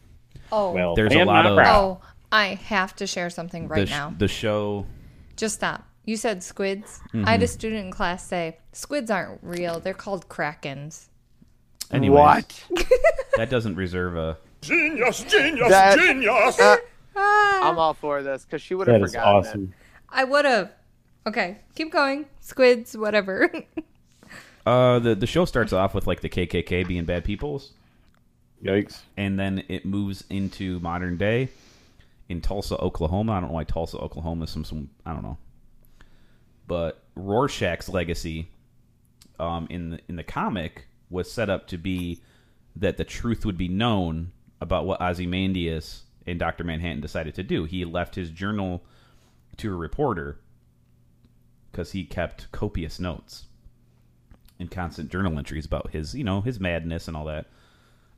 S2: Oh.
S4: well.
S1: There's a
S4: I am
S1: lot
S4: not
S1: of-
S4: proud.
S2: Oh. I have to share something right
S1: the, sh-
S2: now.
S1: the show.
S2: Just stop. You said squids. I had a student in class say squids aren't real. They're called krakens.
S1: Anyways,
S3: What? *laughs*
S1: that doesn't reserve a.
S3: That- Uh, I'm all for this because she would have
S4: That is
S3: forgotten. it.
S4: awesome.
S2: Ah, I would have. Okay, keep going. Squids, whatever. *laughs*
S1: Uh, the the show starts off with like the KKK being bad peoples.
S4: Yikes.
S1: and then it moves into modern day in Tulsa, Oklahoma. I don't know why Tulsa, Oklahoma is some some I don't know. But Rorschach's legacy um, in the, in the comic was set up to be that the truth would be known about what Ozymandias and Doctor Manhattan decided to do. He left his journal to a reporter because he kept copious notes and constant journal entries about his you know his madness and all that.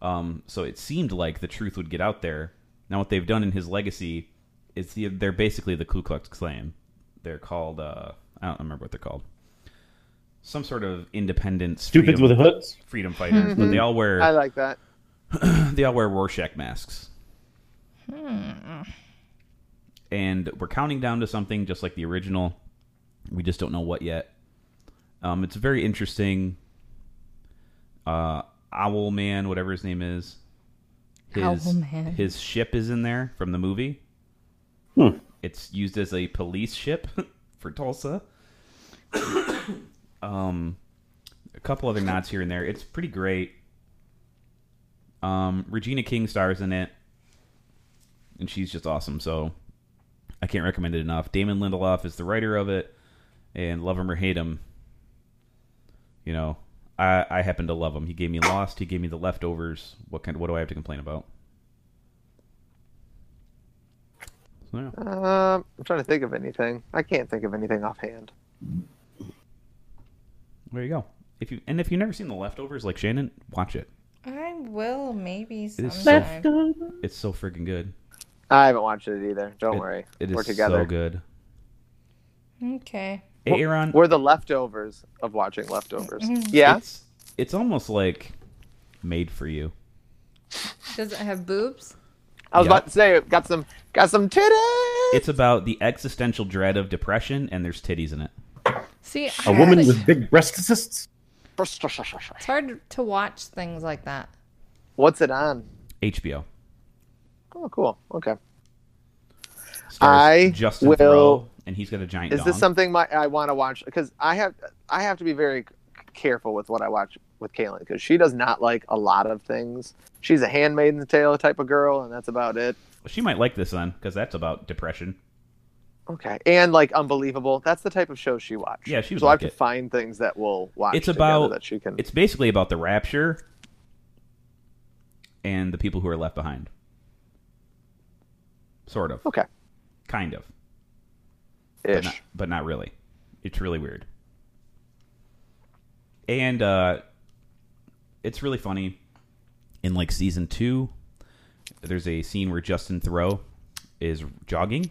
S1: Um, so it seemed like the truth would get out there. Now what they've done in his legacy is the, they're basically the Ku Klux Klan. They're called uh, I don't remember what they're called. Some sort of independence
S4: Stupids
S1: freedom-
S4: with hoods.
S1: freedom fighters, but they all wear
S3: I like that.
S1: *laughs* they all wear Rorschach masks. And we're counting down to something just like the original. We just don't know what yet. Um, it's a very interesting. Uh, Owl Man, whatever his name is, his
S2: Owlman.
S1: his ship is in there from the movie.
S4: Hmm.
S1: It's used as a police ship *laughs* for Tulsa. *coughs* um, a couple other nods here and there. It's pretty great. Um, Regina King stars in it, and she's just awesome. So I can't recommend it enough. Damon Lindelof is the writer of it, and love him or hate him, you know, I I happen to love him. He gave me Lost. He gave me The Leftovers. What kind? What do I have to complain about? So, yeah.
S3: Um, I'm trying to think of anything. I can't think of anything offhand.
S1: There you go. If you and if you've never seen The Leftovers, like Shannon, watch it.
S2: I will maybe
S1: is so-
S2: sometime.
S1: It's so freaking good.
S3: I haven't watched it either. Don't
S1: It-
S3: worry.
S1: It
S3: We're
S1: is
S3: together.
S1: so good.
S2: Okay.
S1: Hey, Aaron,
S3: We're the leftovers of watching leftovers. Yeah.
S1: it's it's almost like made for you.
S2: Does it have boobs?
S3: I was
S1: Yeah.
S3: about to say got some got some titties.
S1: It's about the existential dread of depression, and there's titties in it.
S2: See, I
S4: A woman
S2: like-
S4: with big breasts.
S2: It's hard to watch things like that.
S3: What's it on?
S1: HBO.
S3: Oh, cool. Okay.
S1: Stars
S3: I
S1: Justin
S3: will-
S1: Theroux, and he's got a giant.
S3: Is this
S1: dong.
S3: something my, I want to watch? Because I have I have to be very careful with what I watch with Kaylin because she does not like a lot of things. She's a Handmaid's Tale type of girl, and that's about it.
S1: She might like this then, because that's about depression.
S3: Okay, and like unbelievable. That's the type of show she watched.
S1: Yeah, she would
S3: So I
S1: like
S3: have
S1: it.
S3: to find things that we'll watch.
S1: It's
S3: together
S1: about-
S3: that she can.
S1: It's basically about the rapture and the people who are left behind. Sort of,
S3: okay.
S1: kind of, but
S3: Ish.
S1: not, but not really. It's really weird, and uh, it's really funny. In like season two, there's a scene where Justin Thoreau is jogging,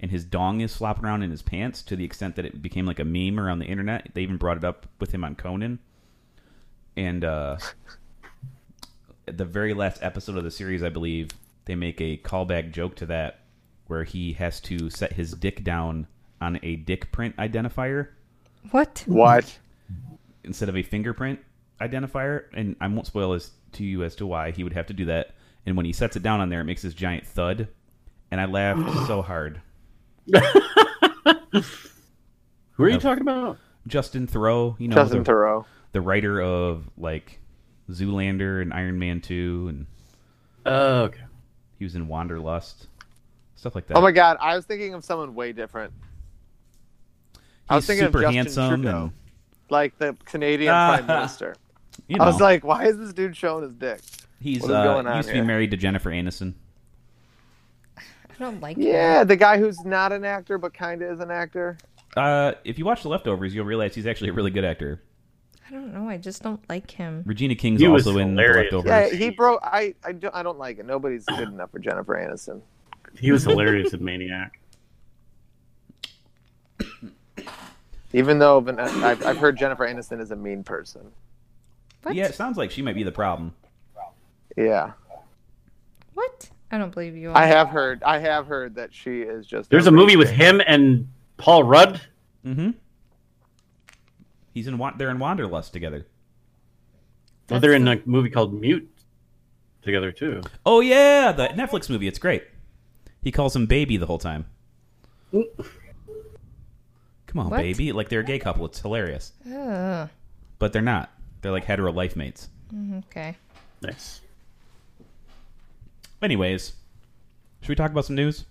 S1: and his dong is flopping around in his pants to the extent that it became like a meme around the internet. They even brought it up with him on Conan. And uh, at the very last episode of the series, I believe, they make a callback joke to that where he has to set his dick down on a dick print identifier
S2: What?
S3: What?
S1: instead of a fingerprint identifier. And I won't spoil this to you as to why he would have to do that. And when he sets it down on there, it makes this giant thud. And I laughed
S3: *gasps*
S1: so hard.
S4: Who are you
S1: No.
S4: talking about?
S1: Justin Thoreau, you know,
S3: Justin
S1: the,
S3: Thoreau.
S1: the writer of like Zoolander and Iron Man 2, and
S4: Oh, okay.
S1: he was in Wanderlust, stuff like that.
S3: Oh my God! I was thinking of someone way different. I was
S1: He's
S3: thinking of
S1: super
S3: Justin
S1: handsome,
S3: Trudeau.
S1: and
S3: Like the Canadian
S1: Ah. *laughs*
S3: Prime Minister.
S1: you
S3: I
S1: know,
S3: was like, why is this dude showing his dick?
S1: he's
S3: what is
S1: uh,
S3: going on
S1: used to be
S3: here?
S1: married to Jennifer Aniston.
S2: I don't like
S3: Yeah,
S2: it.
S3: the guy who's not an actor but kind of is an actor.
S1: Uh, if you watch The Leftovers, you'll realize he's actually a really good actor.
S2: I don't know. I just don't like him.
S1: Regina King's
S4: He was
S1: also in The
S4: hilarious.
S1: Leftovers.
S3: Yeah, he broke. I I don't, I don't like it. Nobody's good enough for Jennifer Aniston.
S4: He was hilarious in Maniac.
S3: Even though Van- I've, I've heard Jennifer Aniston is a mean person.
S2: What?
S1: Yeah, it sounds like she might be the problem.
S3: Yeah,
S2: What? I don't believe you.
S3: I have heard. I have heard that she is just.
S4: There's a movie with him and Paul Rudd.
S1: Mm-hmm. He's in. Wa- They're in Wanderlust together.
S4: Oh, they're in a movie called Mute together too.
S1: Oh yeah, the Netflix movie. It's great. He calls him baby the whole time. Come on,
S2: What?
S1: baby. Like they're a gay couple. It's hilarious,
S2: Ugh. Mm,
S1: but they're not. They're like hetero life mates.
S2: Okay.
S4: Nice.
S1: Anyways, should we talk about some news?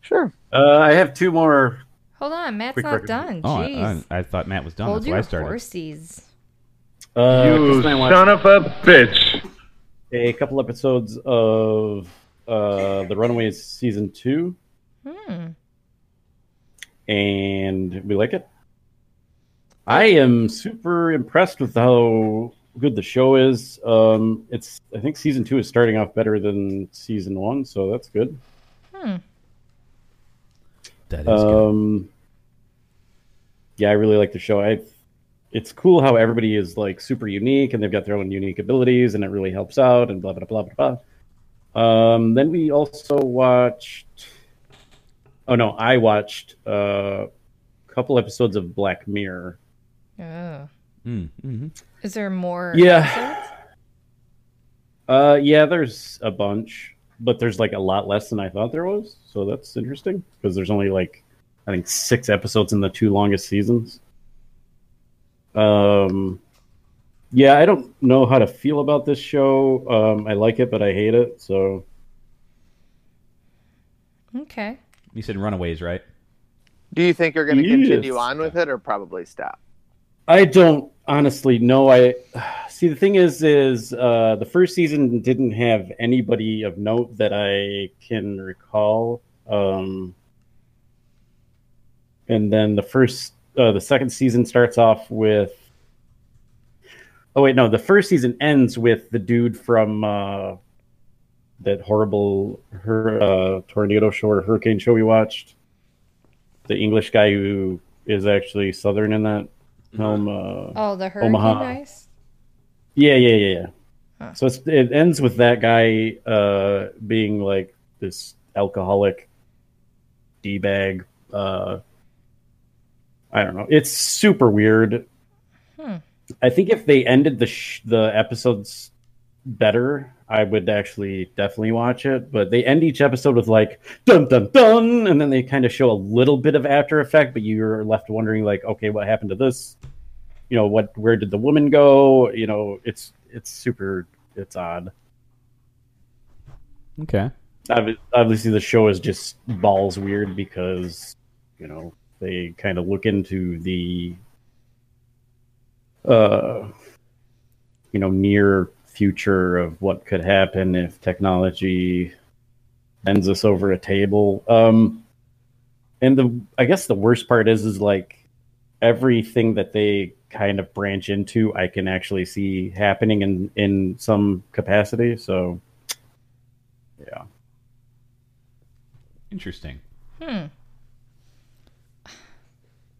S3: Sure.
S4: Uh, I have two more.
S2: Hold on, Matt's
S4: Quick
S2: not
S4: record.
S2: done.
S1: Oh,
S2: Jeez.
S1: I, I, I thought Matt was done.
S2: Hold
S1: That's why I
S2: your
S1: started.
S2: horses.
S4: Uh, Chris and I watched
S6: Son of a bitch.
S4: a couple episodes of uh, The Runaways season two,
S2: Hmm.
S4: and we like it. I am super impressed with how good the show is. Um, it's I think season two is starting off better than season one, so that's good.
S2: Hmm.
S1: That is good.
S4: Um, yeah, I really like the show. I, it's cool how everybody is like super unique and they've got their own unique abilities, and it really helps out and blah blah blah blah. blah. Um, then we also watched. Oh no, I watched uh, a couple episodes of Black Mirror
S2: Oh.
S1: Mm, hmm
S2: Is there more?
S4: Yeah.
S2: episodes?
S4: Uh, yeah, there's a bunch, but there's like a lot less than I thought there was. So that's interesting because there's only like I think six episodes in the two longest seasons. Um, yeah, I don't know how to feel about this show. Um, I like it, but I hate it. So
S2: Okay.
S1: You said Runaways, right?
S3: Do you think you're going to
S4: Yes.
S3: continue on with it or probably stop?
S4: I don't honestly know. I *sighs* see. The thing is, is uh, the first season didn't have anybody of note that I can recall, um, and then the first, uh, the second season starts off with. Oh wait, no. The first season ends with the dude from uh, that horrible her, uh, tornado show or hurricane show we watched. The English guy who is actually Southern in that film. Uh,
S2: Oh, the hurricane
S4: Omaha.
S2: ice.
S4: yeah, yeah, yeah, yeah.
S2: Huh.
S4: So it's, it ends with that guy uh, being like this alcoholic d bag. Uh, I don't know. It's super weird.
S2: Hmm.
S4: I think if they ended the sh- the episodes better, I would actually definitely watch it. But they end each episode with like dun dun dun, and then they kind of show a little bit of after effect, but you're left wondering like, okay, what happened to this? You know, what? Where did the woman go? You know, it's it's super it's odd.
S1: Okay.
S4: Obvi- Obviously, the show is just balls weird because you know they kind of look into the uh you know near future of what could happen if technology bends us over a table um and the i guess the worst part is is like everything that they kind of branch into i can actually see happening in in some capacity so yeah
S1: Interesting.
S2: Hmm.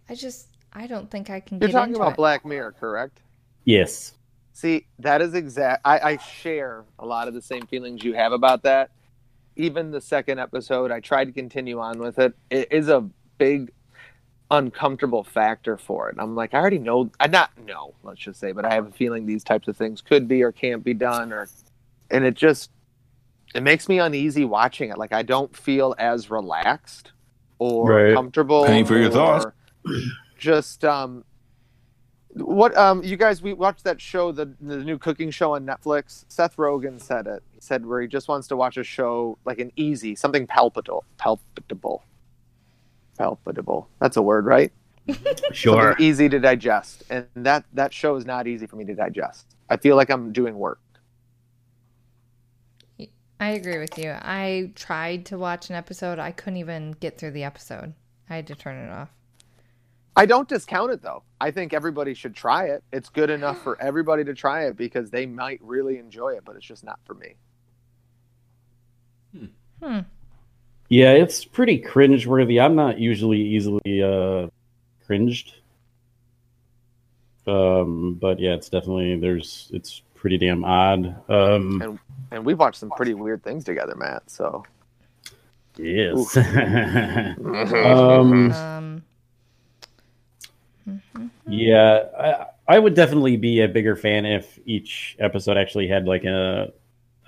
S2: I just I don't think I can
S3: You're
S2: get
S3: talking
S2: into
S3: about
S2: it.
S3: Black Mirror, correct?
S4: yes
S3: See, that is exact. I, I share a lot of the same feelings you have about that. Even the second episode, I tried to continue on with it. It is a big, uncomfortable factor for it. I'm like, I already know. I not know. Let's just say, but I have a feeling these types of things could be or can't be done, or and it just it makes me uneasy watching it. Like I don't feel as relaxed or
S4: Right.
S3: comfortable.
S6: Thank you for your
S3: or
S6: thoughts.
S3: Just um, what um you guys we watched that show the the new cooking show on Netflix. Seth Rogen said it. He said where he just wants to watch a show like an easy something palpable, palpable, palpable. That's a word, right? Something easy to digest, and that that show is not easy for me to digest. I feel like I'm doing work.
S2: I agree with you. I tried to watch an episode. I couldn't even get through the episode. I had to turn it off.
S3: I don't discount it though. I think everybody should try it. It's good enough for everybody to try it because they might really enjoy it, but it's just not for me.
S2: Hmm.
S4: Yeah, it's pretty cringeworthy. I'm not usually easily uh cringed. Um, but yeah, it's definitely there's it's pretty damn odd. Um
S3: And we've watched some pretty weird things together, Matt. So
S4: yes. *laughs* um
S2: Um.
S4: yeah, I I would definitely be a bigger fan if each episode actually had like a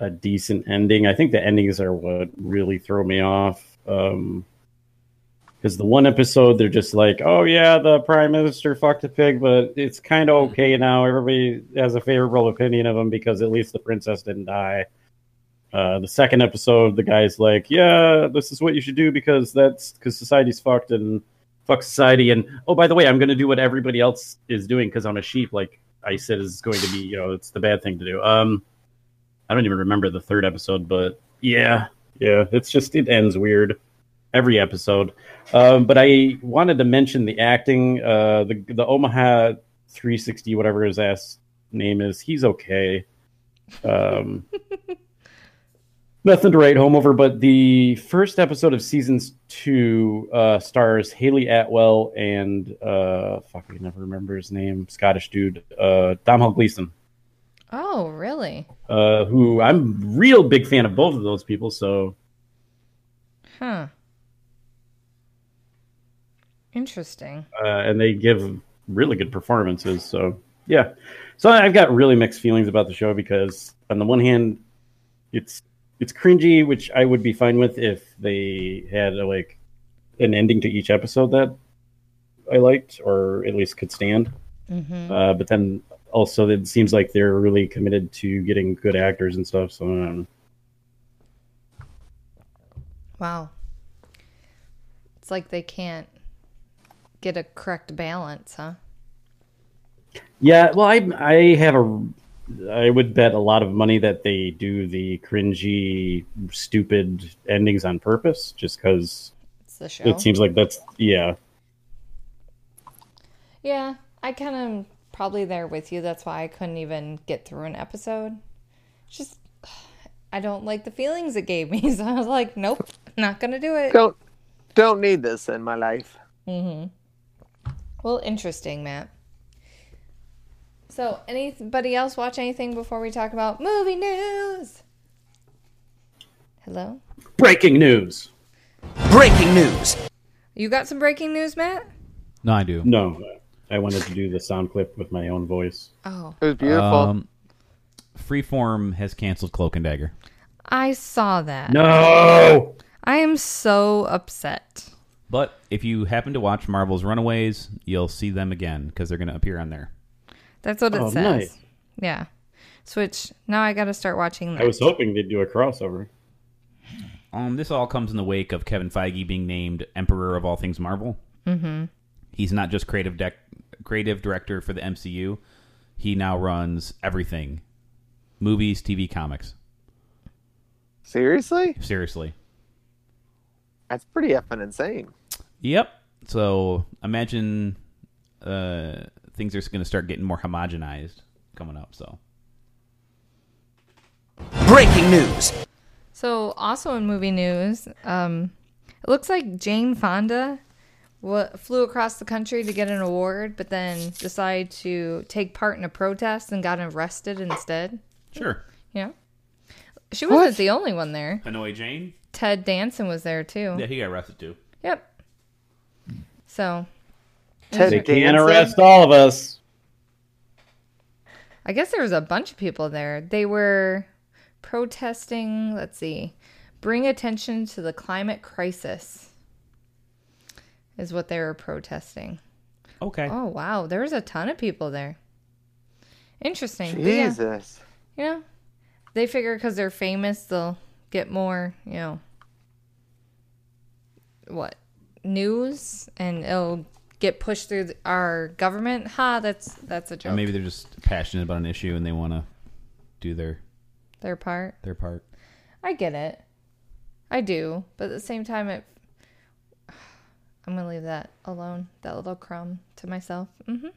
S4: a decent ending. I think the endings are what really throw me off. Um because the one episode they're just like, "Oh yeah, the prime minister fucked a pig, but it's kind of okay now. Everybody has a favorable opinion of him because at least the princess didn't die." Uh, the second episode, the guy's like, "Yeah, this is what you should do because that's because society's fucked and fuck society." And oh, by the way, I'm going to do what everybody else is doing because I'm a sheep. Like I said, is going to be you know it's the bad thing to do. Um, I don't even remember the third episode, but yeah, yeah, it's just it ends weird every episode. Um, but I wanted to mention the acting. Uh, the the Omaha 360, whatever his ass name is, he's okay. Um, nothing to write home over. But the first episode of seasons two uh, stars Haley Atwell and uh, fuck, I can never remember his name. Scottish dude, uh, Domhnall Gleeson
S2: Oh, really?
S4: uh, who I'm real big fan of both of those people. So
S2: Huh. Interesting.
S4: uh, and they give really good performances. So yeah, so I've got really mixed feelings about the show because on the one hand, it's it's cringy, which I would be fine with if they had uh, like an ending to each episode that I liked or at least could stand.
S2: Mm-hmm.
S6: hmm
S4: Uh, but then also, it seems like they're really committed to getting good actors and stuff. So I don't know.
S6: Wow. It's like they can't get a correct balance, huh?
S4: Yeah, well, I I have a I would bet a lot of money that they do the cringy, stupid endings on purpose, just because
S6: It's the show.
S2: Oh.
S4: it seems like that's yeah.
S6: Yeah, I kind of probably there with you. That's why I couldn't even get through an episode. It's just I don't like the feelings it gave me, *laughs* so I was like, nope, not gonna do it.
S3: Don't don't need this in my life.
S6: Mm-hmm. Well, interesting, Matt. So, anybody else watch anything before we talk about movie news? Hello,
S4: Breaking news.
S5: Breaking news.
S2: You got some breaking news, Matt?
S1: No, I do.
S4: No, I wanted to do the sound clip with my own voice.
S3: It was beautiful.
S1: Um, Freeform has canceled Cloak and Dagger.
S2: I saw that.
S4: No.
S2: I am so upset.
S1: But if you happen to watch Marvel's Runaways, you'll see them again because they're going to appear on there.
S2: That's what it
S4: Oh,
S2: says.
S4: nice.
S2: Yeah. Switch. Now I got to start watching that.
S4: I was hoping they'd do a crossover.
S1: Um, this all comes in the wake of Kevin Feige being named Emperor of all things Marvel. Mm-hmm. He's not just creative dec- creative director for the MCU; he now runs everything, movies, TV, comics.
S3: Seriously,
S1: Seriously.
S3: that's pretty effing insane.
S1: Yep. So imagine uh, things are going to start getting more homogenized coming up. So
S5: Breaking news.
S2: So, also in movie news, um, it looks like Jane Fonda wa flew across the country to get an award, but then decided to take part in a protest and got arrested instead.
S1: sure,
S2: Yeah. She wasn't the only one there.
S1: Hanoi Jane.
S2: Ted Danson was there too.
S1: Yeah, he got arrested too.
S2: Yep. So,
S3: Ted
S4: They
S3: Danson?
S4: can't arrest all of us.
S2: I guess there was a bunch of people there. They were protesting, let's see, bring attention to the climate crisis, is what they were protesting.
S1: Okay.
S2: Oh, wow. There was a ton of people there. Interesting. But yeah,
S3: Jesus.
S2: you know, they figure because they're famous, they'll get more, you know, what, news and it'll get pushed through th- our government. Ha, that's that's a
S1: Or
S2: joke.
S1: maybe they're just passionate about an issue and they want to do their
S2: Their part.
S1: their part.
S2: I get it. I do, but at the same time, it. *sighs* I'm gonna leave that alone. That little crumb to myself. hmm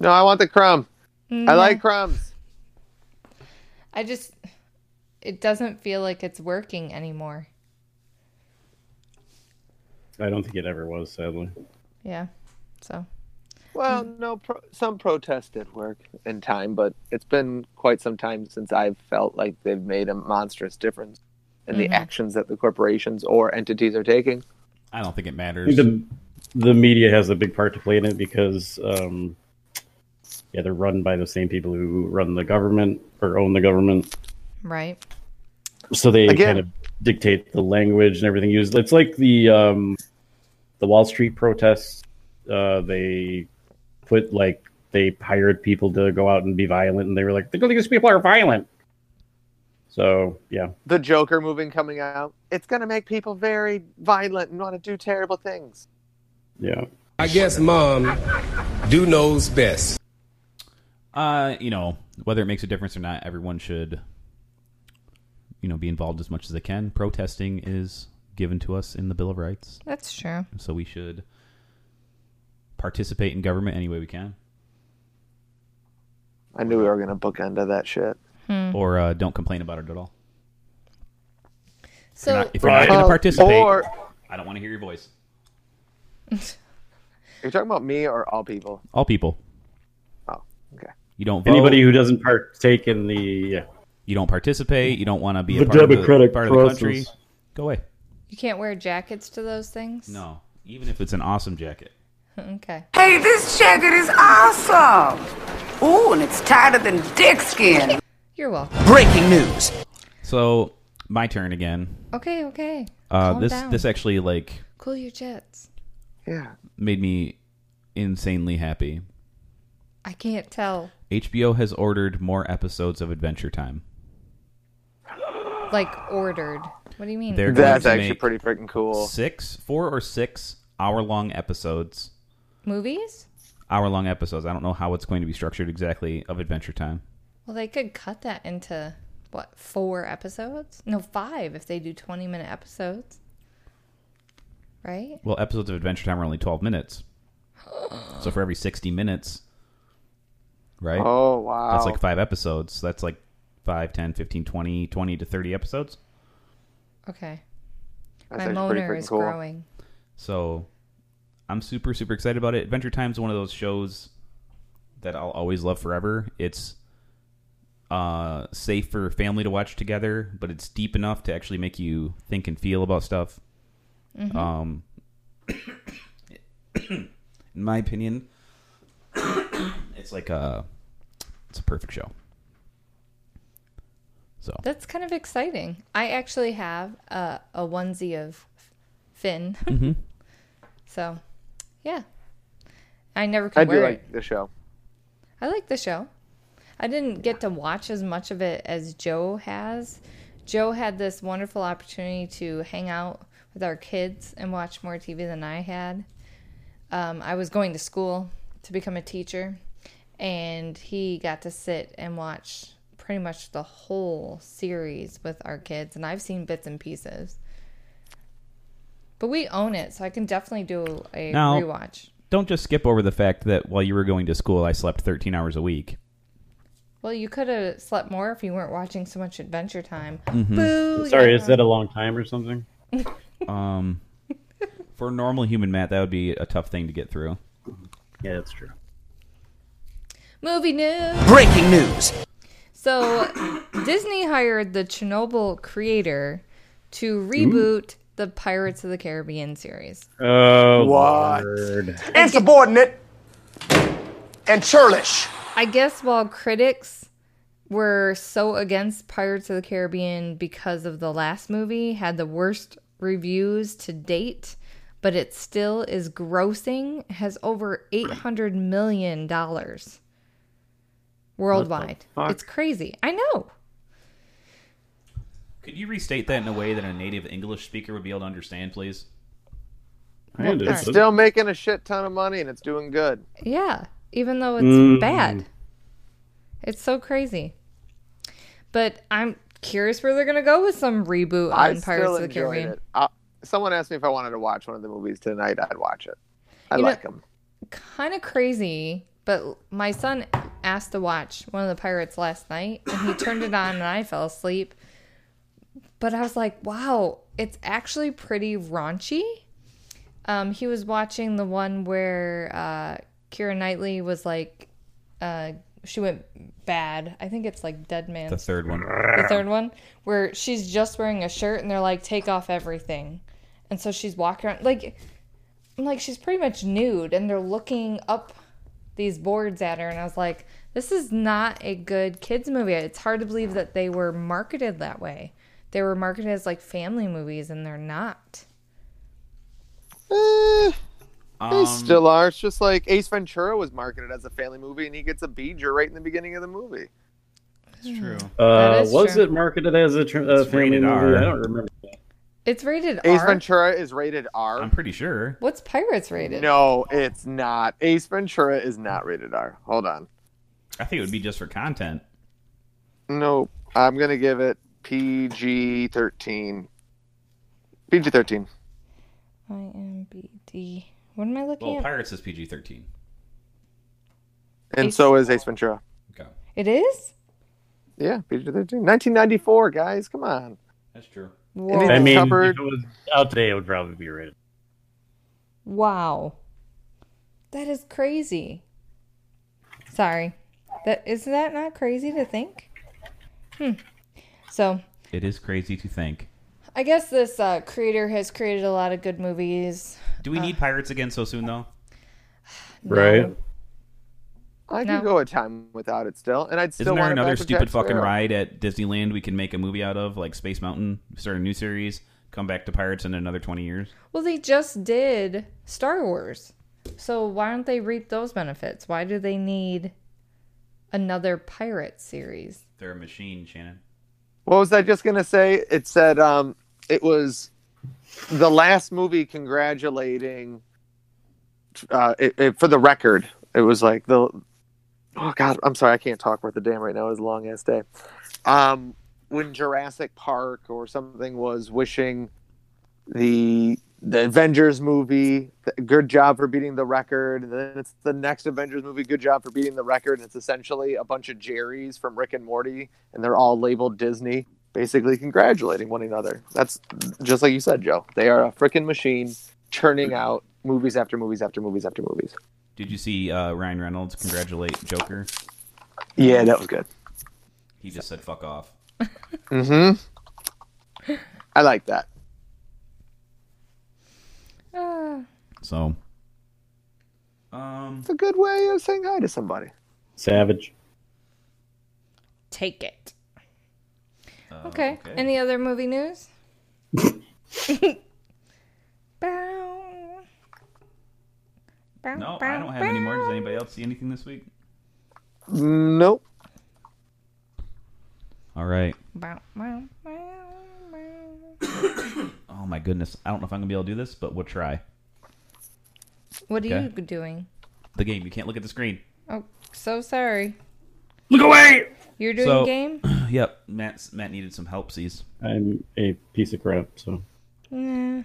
S3: No, I want the crumb. I like crumbs.
S2: I just, it doesn't feel like it's working anymore.
S4: I don't think it ever was, sadly.
S2: Yeah, so
S3: Well, no, pro- some protests did work in time, but it's been quite some time since I've felt like they've made a monstrous difference in the actions that the corporations or entities are taking.
S1: I don't think it
S4: think
S1: matters.
S4: the the media has a big part to play in it because um, yeah, they're run by the same people who run the government or own the government,
S2: right.
S4: so they
S3: Again.
S4: kind of dictate the language and everything used. It's like the um, the Wall Street protests. Uh, they put like they hired people to go out and be violent, and they were like, "These people are violent." So yeah,
S3: The Joker movie coming out, it's going to make people very violent and want to do terrible things.
S4: yeah.
S7: I guess mom do knows best.
S1: Uh, you know, whether it makes a difference or not, everyone should, you know, be involved as much as they can. Protesting is given to us in the Bill of Rights,
S2: That's true.
S1: so we should participate in government any way we can,
S3: I knew we were going to book into that shit.
S2: Mm-hmm.
S1: or uh, don't complain about it at all.
S2: So *laughs*
S1: If you're not going to
S3: Uh,
S1: participate,
S3: Or
S1: I don't want to hear your voice. e-
S3: you're talking about me or all people?
S1: All people,
S3: Oh, okay.
S1: you don't vote,
S4: Anybody who doesn't partake in the yeah,
S1: you don't participate, you don't want to be a
S4: The
S1: part of, the,
S4: democratic
S1: part of the country.
S4: process.
S1: Go away.
S2: you can't wear jackets to those things.
S1: No, even if it's an awesome jacket.
S2: *laughs* Okay.
S8: Hey, this jacket is awesome. Ooh, and it's tighter than dick skin.
S2: You're welcome.
S5: Breaking news.
S1: So my turn again.
S2: Okay, okay.
S1: Uh,
S2: Calm
S1: this
S2: down.
S1: this actually like
S2: Cool your jets.
S3: Yeah.
S1: made me insanely happy.
S2: I can't tell.
S1: HBO has ordered more episodes of Adventure Time.
S2: Like ordered. What do you mean?
S1: They're
S3: That's
S1: going to
S3: actually
S1: make
S3: pretty freaking cool.
S1: six, four or six hour long episodes.
S2: Movies?
S1: Hour long episodes. I don't know how it's going to be structured exactly of Adventure Time.
S2: Well, they could cut that into what four episodes? No, five if they do twenty-minute episodes, right?
S1: Well, episodes of Adventure Time are only twelve minutes, so for every sixty minutes, right?
S3: Oh wow.
S1: That's like five episodes. So that's like 5, 10, 15, 20, 20 to 30 episodes.
S2: Okay,
S3: That's
S2: my
S3: actually pretty
S2: moaner
S3: freaking
S2: is
S3: cool.
S2: growing.
S1: So I'm super, super excited about it. Adventure Time's one of those shows that I'll always love forever. It's uh, safe for family to watch together, but it's deep enough to actually make you think and feel about stuff. Um, in my opinion, it's like a it's a perfect show. So
S2: That's kind of exciting. I actually have a, a onesie of Finn, *laughs* so yeah. I never could
S3: I
S2: wear
S3: do
S2: it.
S3: like the show.
S2: I like the show. I didn't get to watch as much of it as Joe has. Joe had this wonderful opportunity to hang out with our kids and watch more TV than I had. Um, I was going to school to become a teacher, and he got to sit and watch pretty much the whole series with our kids, and I've seen bits and pieces. But we own it, so I can definitely do a
S1: Now-
S2: rewatch.
S1: don't just skip over the fact that while you were going to school, I slept 13 hours a week.
S2: Well, you could have slept more if you weren't watching so much Adventure Time.
S5: Mm-hmm.
S2: Boo!
S4: Sorry, is that a long time or something?
S1: Um, for a normal human, Matt, that would be a tough thing to get through.
S4: Yeah, that's true.
S2: Movie news.
S5: Breaking news.
S2: So, *coughs* Disney hired the Chernobyl creator to reboot the Pirates of the Caribbean series.
S4: Oh,
S9: What?
S4: Lord.
S5: Insubordinate and churlish.
S2: I guess while critics were so against Pirates of the Caribbean because of the last movie had the worst reviews to date, but it still is grossing has over 800 million dollars worldwide. It's crazy. I know.
S1: Could you restate that in a way that a native English speaker would be able to understand, please?
S4: I understood.
S3: Still making a shit ton of money and it's doing good.
S2: Yeah, even though it's bad. It's so crazy. But I'm curious where they're going to go with some reboot
S3: I
S2: on Pirates
S3: still
S2: of the
S3: enjoyed
S2: Caribbean.
S3: it. Uh, someone asked me if I wanted to watch one of the movies tonight. I'd watch it. I
S2: You know-
S3: like them.
S2: kind of crazy, but my son asked to watch one of the pirates last night and he turned it on and I fell asleep. But I was like, wow, it's actually pretty raunchy. Um, he was watching the one where uh, Kira Knightley was like, uh, she went bad. I think it's like Dead Man
S1: The third one.
S2: the third one where she's just wearing a shirt and they're like take off everything and so she's walking around like I'm like she's pretty much nude and they're looking up these boards at her and i was like this is not a good kids movie it's hard to believe that they were marketed that way they were marketed as like family movies and they're not
S3: Eh,
S1: Um,
S3: They still are. It's just like Ace Ventura was marketed as a family movie and he gets a beeger right in the beginning of the movie.
S1: That's true.
S4: Uh,
S2: That is
S4: was
S2: true.
S4: it marketed as a tr- uh,
S1: It's
S4: family
S1: rated
S4: movie?
S1: R.
S4: I don't remember.
S2: it's rated
S3: Ace
S2: r
S3: Ventura is rated R.
S1: I'm pretty sure.
S2: what's pirates rated
S3: No, it's not. Ace Ventura is not rated R. Hold on.
S1: I think it would be just for content.
S3: No, I'm gonna give it PG thirteen. PG thirteen.
S2: imbd what am i looking
S1: Well,
S2: at
S1: Pirates is PG 13.
S3: And
S2: Ace-
S3: so is Ace Ventura.
S1: Okay.
S2: it is
S3: Yeah, PG thirteen. Nineteen ninety four, guys. Come on.
S1: That's true.
S2: Whoa.
S3: It's
S4: I mean,
S3: covered-
S4: if it was out today, it would probably be rated.
S2: Wow. That is crazy. Sorry. That is that not crazy to think? Hmm. So,
S1: It is crazy to think.
S2: I guess this uh, creator has created a lot of good movies.
S1: Do we need pirates again so soon, though?
S4: right?
S3: I
S6: No.
S3: could go a time without it still, and I'd still
S1: Isn't there
S3: want it
S1: another
S3: back with
S1: stupid
S3: Jack
S1: fucking
S3: Sparrow.
S1: ride at Disneyland we can make a movie out of, like Space Mountain? Start a new series, come back to Pirates in another 20 years?
S6: Well, they just did Star Wars. So why don't they reap those benefits? Why do they need another pirate series?
S1: They're a machine, Shannon.
S3: What was I just gonna say? It said um, it was the last movie congratulating uh, it, it, for the record. It was like the oh god, I'm sorry, I can't talk worth a damn right now. It was a long ass day. Um, when Jurassic Park or something was wishing the the Avengers movie, th- good job for beating the record. And then it's the next Avengers movie, good job for beating the record. And it's essentially a bunch of Jerry's from Rick and Morty and they're all labeled Disney, basically congratulating one another. That's just like you said, Joe. They are a freaking machine churning out movies after movies after movies after movies.
S1: Did you see uh, Ryan Reynolds congratulate Joker?
S3: Yeah, that was good.
S1: He just said fuck off.
S3: Mm-hmm. I like that.
S1: So. Um,
S3: It's a good way of saying hi to somebody.
S4: Savage.
S6: Take it.
S1: uh,
S6: Okay. Any other movie *laughs* news? Bow. Bow,
S1: no, I
S6: bow,
S1: don't have any more.
S6: bow.
S1: Does anybody else see anything this week?
S3: Nope.
S1: All right.
S6: Bow, bow, bow, bow.
S1: Oh my goodness. I don't know if I'm gonna be able to do this, but we'll try.
S6: What are
S1: Okay.
S6: you doing?
S1: The game. You can't look at the screen. *clears throat*
S6: Oh, so sorry.
S4: Look away!
S6: You're doing
S1: So- *clears throat*
S6: game?
S1: yep. Matt. Matt needed some help. Sees.
S4: I'm a piece of crap, so
S6: Nah.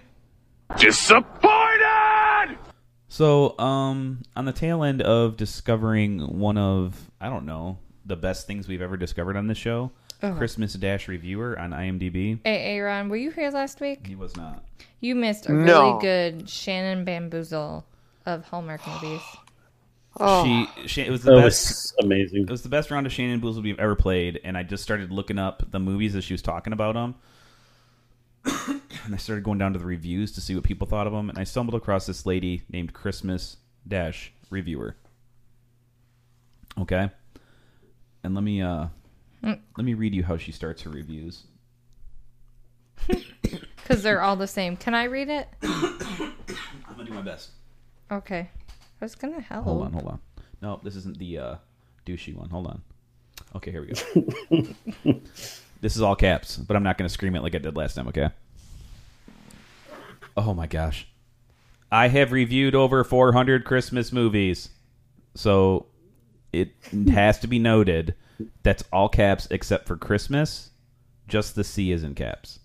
S1: So, um, on the tail end of discovering one of I don't know the best things we've ever discovered on this show, Christmas Dash Reviewer on IMDb.
S6: Hey, Aaron, were you here last week?
S1: He was not.
S6: You missed a really
S3: No.
S6: good Shannon Bamboozle of Hallmark movies.
S1: She, she. It was the
S4: that
S1: best.
S4: was amazing.
S1: it was the best round of Shannon Boozled we've ever played, and I just started looking up the movies as she was talking about them. *coughs* and I started going down to the reviews to see what people thought of them, and I stumbled across this lady named Christmas Dash Reviewer. Okay, and let me uh, let me read you how she starts her reviews.
S6: Because they're all the same. Can I read it?
S1: I'm gonna do my best.
S6: Okay. I was going to help.
S1: Hold on, hold on. No, this isn't the uh, douchey one. Hold on. Okay, here we go. this is all caps, but I'm not going to scream it like I did last time, okay? Oh my gosh. I have reviewed over 400 Christmas movies. So it has to be noted that's all caps except for Christmas. Just the C is in caps.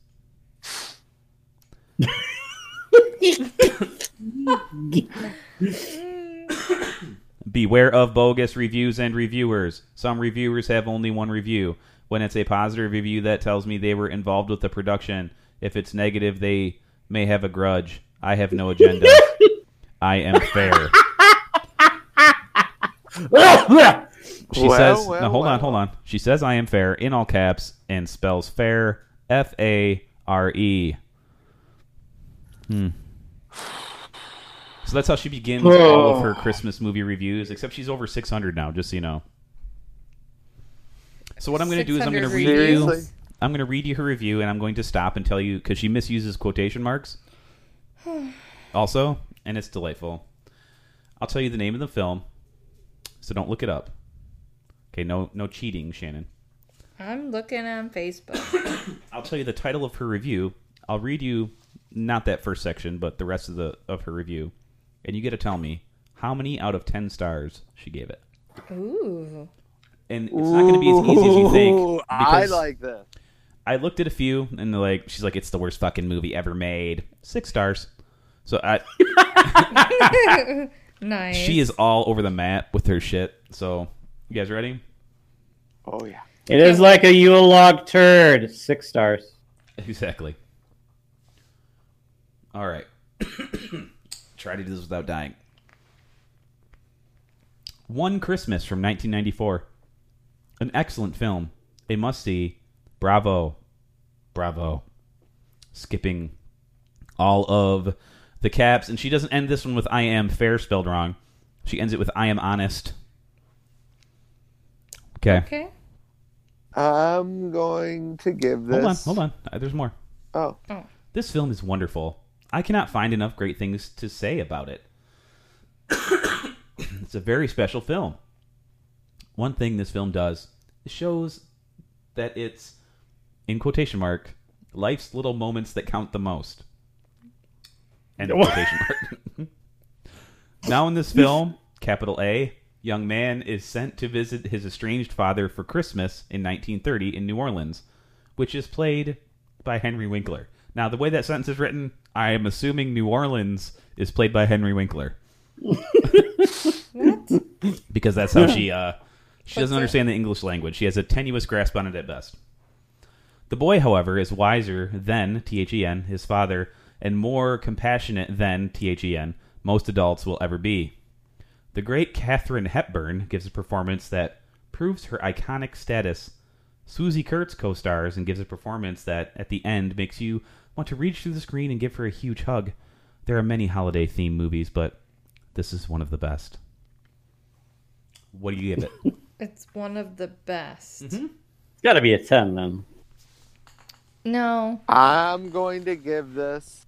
S1: Beware of bogus reviews and reviewers. Some reviewers have only one review. When it's a positive review, that tells me they were involved with the production. If it's negative, they may have a grudge. I have no agenda. I am fair. She
S3: Well,
S1: says,
S3: well,
S1: "No, hold on,
S3: well.
S1: hold on." She says, "I am fair" in all caps and spells fair F A R E. Hmm. So that's how she begins all of her Christmas movie reviews. Except she's over 600 now, just so you know. So what I'm going to do is I'm going to
S6: 600
S1: read you.
S3: reviews?
S1: I'm going to read you her review, and I'm going to stop and tell you because she misuses quotation marks. *sighs* also, and it's delightful. I'll tell you the name of the film, so don't look it up. Okay, no, no cheating, Shannon.
S6: I'm looking on Facebook.
S1: I'll tell you the title of her review. I'll read you not that first section, but the rest of the of her review, and you get to tell me how many out of ten stars she gave it.
S6: Ooh.
S1: And it's not going to be as easy as you think.
S3: Ooh, I
S1: because
S3: like this.
S1: I looked at a few, and they're like, she's like, it's the worst fucking movie ever made. Six stars. So I,
S2: *laughs*
S6: Nice.
S1: Ah. she is all over the map with her shit. So you guys ready?
S3: Oh yeah.
S4: *laughs* It is like a Yule log turd. Six stars.
S1: Exactly. All right. *coughs* Try to do this without dying. One Christmas from 1994. An excellent film. A must see. Bravo. Bravo. Skipping all of the caps. And she doesn't end this one with I am fair spelled wrong. She ends it with "I am honest." Okay,
S2: Okay.
S3: I'm going to give this.
S1: hold on, hold on. Uh, There's more.
S3: Oh,
S1: This film is wonderful. I cannot find enough great things to say about it. *coughs* it's a very special film. One thing this film does it shows that it's in quotation mark life's little moments that count the most. And quotation mark. *laughs* now in this film, capital A, young man is sent to visit his estranged father for Christmas in 1930 in New Orleans, which is played by Henry Winkler. Now the way that sentence is written, I am assuming New Orleans is played by Henry Winkler. Because that's how she uh, she doesn't understand the English language. She has a tenuous grasp on it at best. The boy, however, is wiser than THEN, his father, and more compassionate than THEN most adults will ever be. The great Katharine Hepburn gives a performance that proves her iconic status. Susie Kurtz co stars and gives a performance that, at the end, makes you want to reach through the screen and give her a huge hug. There are many holiday themed movies, but this is one of the best. What do you give it?
S2: It's one of the best.
S1: Mm-hmm.
S4: It's got to be a ten then.
S2: No.
S3: I'm going to give this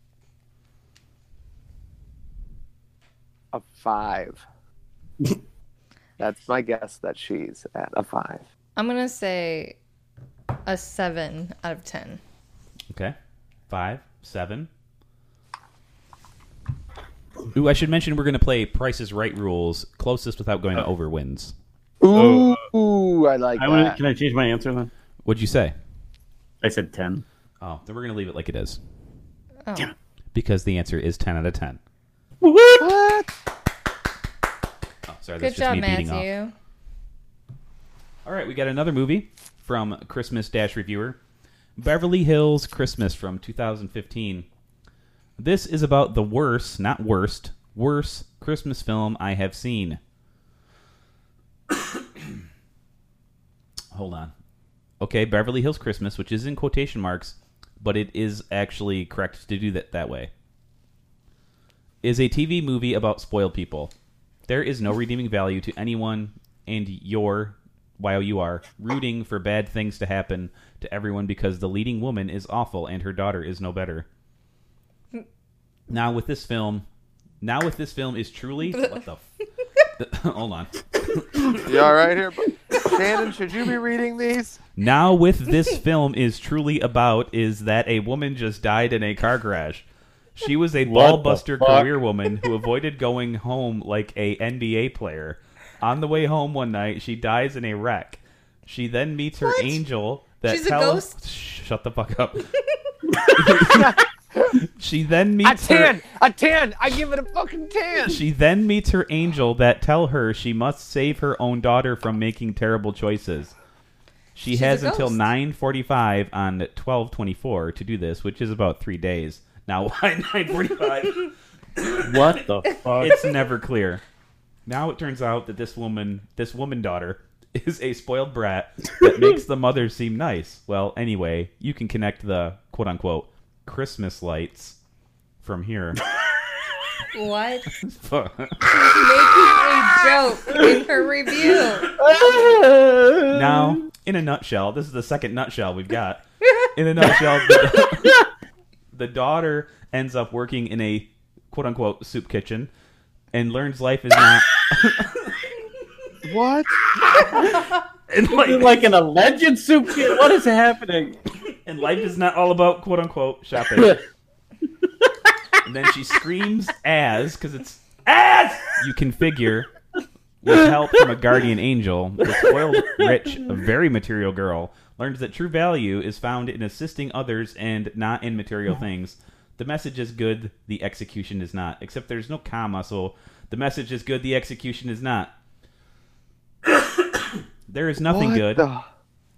S3: a five. *laughs* That's my guess that she's at a five.
S2: I'm going to say a 7 out of 10.
S1: Okay. Five, seven. Ooh, I should mention we're going to play Price's Right rules. Closest without going over wins. Oh.
S3: Ooh, I like
S4: I
S3: that.
S4: want. Can I change my answer then?
S1: What'd you say?
S4: I said ten.
S1: Oh, then we're going to leave it like it is.
S2: Oh.
S1: Because the answer is 10 out of 10.
S3: What?
S1: Oh, sorry.
S2: Good
S1: That's just
S2: job,
S1: me beating off.
S2: Matthew.
S1: All right, we got another movie from Christmas Dash Reviewer Beverly Hills Christmas from 2015. This is about the worst, not worst, worst Christmas film I have seen. *coughs* Hold on. Okay, Beverly Hills Christmas, which is in quotation marks, but it is actually correct to do that that way. Is a TV movie about spoiled people. There is no redeeming value to anyone, and your while you are rooting for bad things to happen to everyone because the leading woman is awful and her daughter is no better. Now with this film, now with this film is truly what the. F- *laughs* hold on.
S3: You
S1: *laughs*
S3: all right here? Shannon, should you be reading these?
S1: Now with
S2: *laughs*
S1: this film is truly about is that a woman just died in a car crash. She was a
S4: What the
S1: ballbuster
S4: fuck?
S1: career woman who avoided going home like a NBA player. On the way home one night, she dies in a wreck. She then meets her angel that
S2: She's a
S1: tell-
S2: ghost?
S1: Shh, Shut the fuck
S2: *laughs*
S1: up. *laughs* she then meets her-
S3: A ten! I give it a fucking ten!
S1: she then meets her angel that tell her she must save her own daughter from making terrible choices. She
S2: a
S1: has until
S2: ghost.
S1: 9:45 on 12:24 to do this, which is about 3 days. Now *laughs* why 9:45?
S2: *laughs*
S4: What the fuck? *laughs*
S1: it's never clear. Now it turns out that this woman, this woman daughter *laughs* is a spoiled brat that makes the mother seem nice. Well, anyway, you can connect the quote unquote Christmas lights from
S2: *laughs*
S1: here. *laughs*
S2: What? Making a joke in her review.
S1: Now, in a nutshell, this is the second nutshell we've got. In a nutshell, the, *laughs* the daughter ends up working in a quote unquote soup kitchen and learns life is not.
S3: What?
S1: And life,
S4: like an alleged soup kid. What is happening?
S1: and life is not all about quote unquote shopping. and then she screams as, because it's as you can figure, with help from a guardian angel, the spoiled, rich, very material girl learns that true value is found in assisting others and not in material things. The message is good, the execution is not. Except there's no comma, so the message is good, the execution is not. *coughs* there is nothing
S3: What
S1: good
S3: the-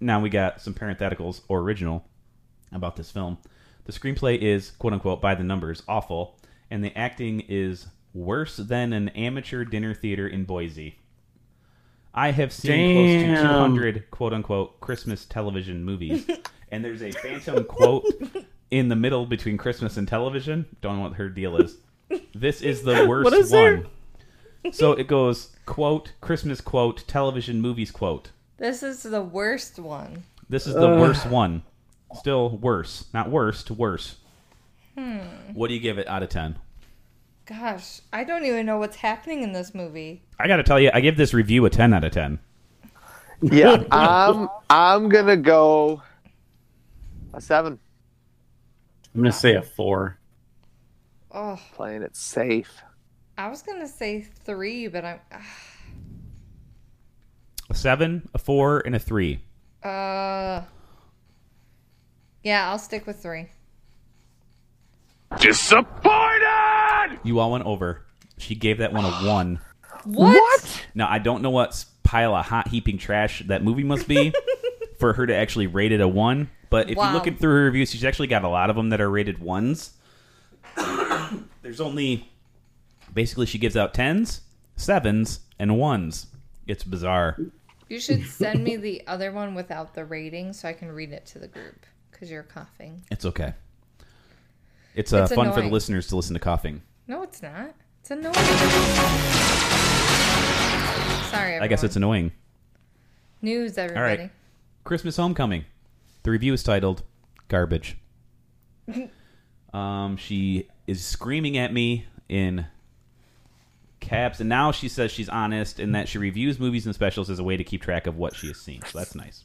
S1: now we got some parentheticals or original about this film. The screenplay is quote unquote by the numbers awful, and the acting is worse than an amateur dinner theater in Boise. I have seen close to
S4: Damn.
S1: 200 quote unquote Christmas television movies, and there's a phantom quote in the middle between Christmas and television. Don't know what her deal is. This is the worst
S4: is
S1: one.
S4: there?
S1: so it goes quote Christmas quote television movies quote.
S2: This is the worst one.
S1: This is the worst one. Still worse, not worst, worse. What do you give it out of ten?
S2: Gosh, I don't even know what's happening in this movie.
S1: I gotta tell you, I give this review a ten out of ten. *laughs*
S3: Yeah, I'm I'm gonna go a seven.
S4: I'm gonna say a four.
S2: Oh,
S3: Playing it safe.
S2: I was gonna say three, but I'm
S1: A seven, a four, and a three.
S2: uh, yeah, I'll stick with three.
S1: You all went over. She gave that one a one.
S2: What?
S1: Now I don't know what s- pile of hot heaping trash that movie must be for her to actually rate it a one. But if
S2: Wow.
S1: you look at through her reviews, she's actually got a lot of them that are rated ones. *coughs* There's only basically she gives out tens, sevens, and ones. It's bizarre.
S2: You should send
S1: *laughs*
S2: me the other one without the rating so I can read it to the group because you're coughing.
S1: It's okay. It's, uh,
S2: It's
S1: fun for the
S2: annoying.
S1: listeners to listen to coughing.
S2: No, it's not. It's annoying. Sorry, everyone.
S1: I guess it's annoying.
S2: news, everybody.
S1: right. Christmas Homecoming. The review is titled
S2: *laughs*
S1: Garbage. um, she is screaming at me in caps, and now she says she's honest and that she reviews movies and specials as a way to keep track of what she has seen. So that's nice.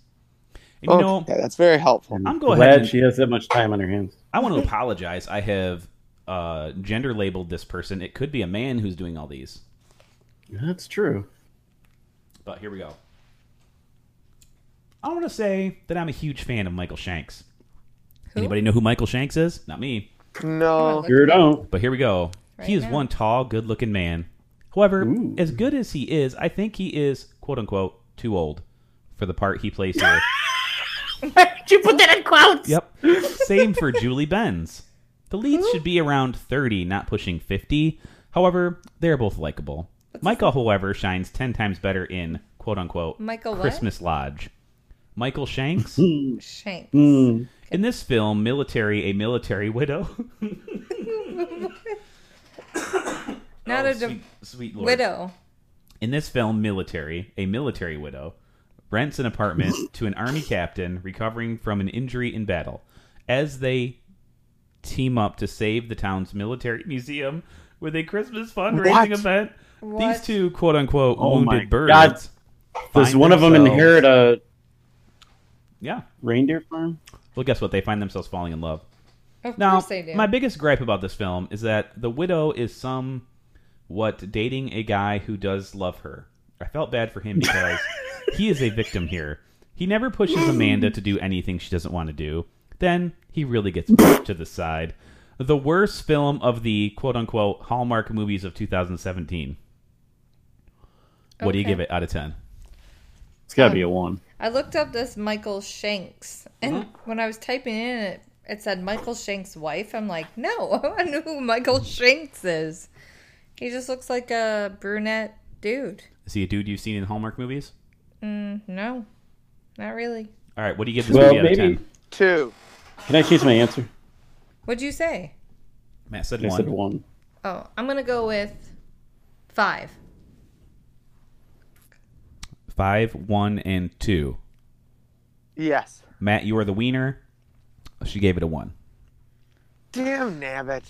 S1: And you know,
S3: Okay, that's very helpful.
S1: I'm going
S4: Oh, Glad
S1: ahead. And,
S4: she has that much time on her hands.
S1: I want to apologize. I have uh, gender labeled this person. It could be a man who's doing all these,
S4: That's true.
S1: but here we go. I want to say that I'm a huge fan of Michael Shanks. Anybody know who Michael Shanks is? Not me.
S3: No,
S4: Sure don't.
S1: But here we go. he is
S2: now.
S1: one tall, good looking man. However,
S4: Ooh.
S1: as good as he is, I think he is, quote unquote, too old for the part he plays here.
S8: Did you put that in quotes?
S1: yep. Same for Julie Benz. The leads should be around 30, not pushing 50. However, they're both likable. Michael, however, shines 10 times better in, quote unquote,
S2: Michael what?
S1: Christmas Lodge. Michael
S2: *laughs*
S1: Shanks?
S2: Shanks.
S1: Mm. In this film, military, a military widow. Oh,
S2: Not a
S1: sweet,
S2: di-
S1: sweet Lord.
S2: widow.
S1: In this film, military, a military widow, rents an
S4: *laughs*
S1: apartment to an army captain recovering from an injury in battle. As they team up to save the town's military museum with a Christmas fundraising
S3: What?
S1: event,
S2: What?
S1: these two quote unquote
S4: Oh my
S1: wounded birds.
S4: God. Does
S1: find
S4: one of them
S1: themselves-
S4: inherit a
S1: Yeah.
S4: reindeer farm?
S1: Well, guess what? They find themselves falling in love.
S2: Of
S1: Now,
S2: course they do.
S1: my biggest gripe about this film is that the widow is some what dating a guy who does love her. I felt bad for him because he is a victim here. He never pushes Amanda to do anything she doesn't want to do. Then he really gets pushed to the side. The worst film of the quote unquote Hallmark movies of 2017. What do you give it out of 10?
S4: It's got to be a one.
S2: I looked up this Michael Shanks, and when I was typing in it, it said Michael Shanks' wife. I'm like, no, *laughs* I want to know who Michael Shanks is. He just looks like a brunette dude.
S1: Is he a dude you've seen in Hallmark movies?
S2: No, not really.
S1: All right, what do you give this
S4: Well,
S1: movie out
S4: maybe-
S1: of 10?
S3: two.
S4: Can I change my answer?
S2: What'd you say?
S1: Matt said
S4: I
S1: one.
S4: said one.
S2: Oh, I'm gonna go with five.
S1: Five, one, and two.
S3: Yes.
S1: Matt, you are the wiener. She gave it a one.
S3: Damn, Nabbit.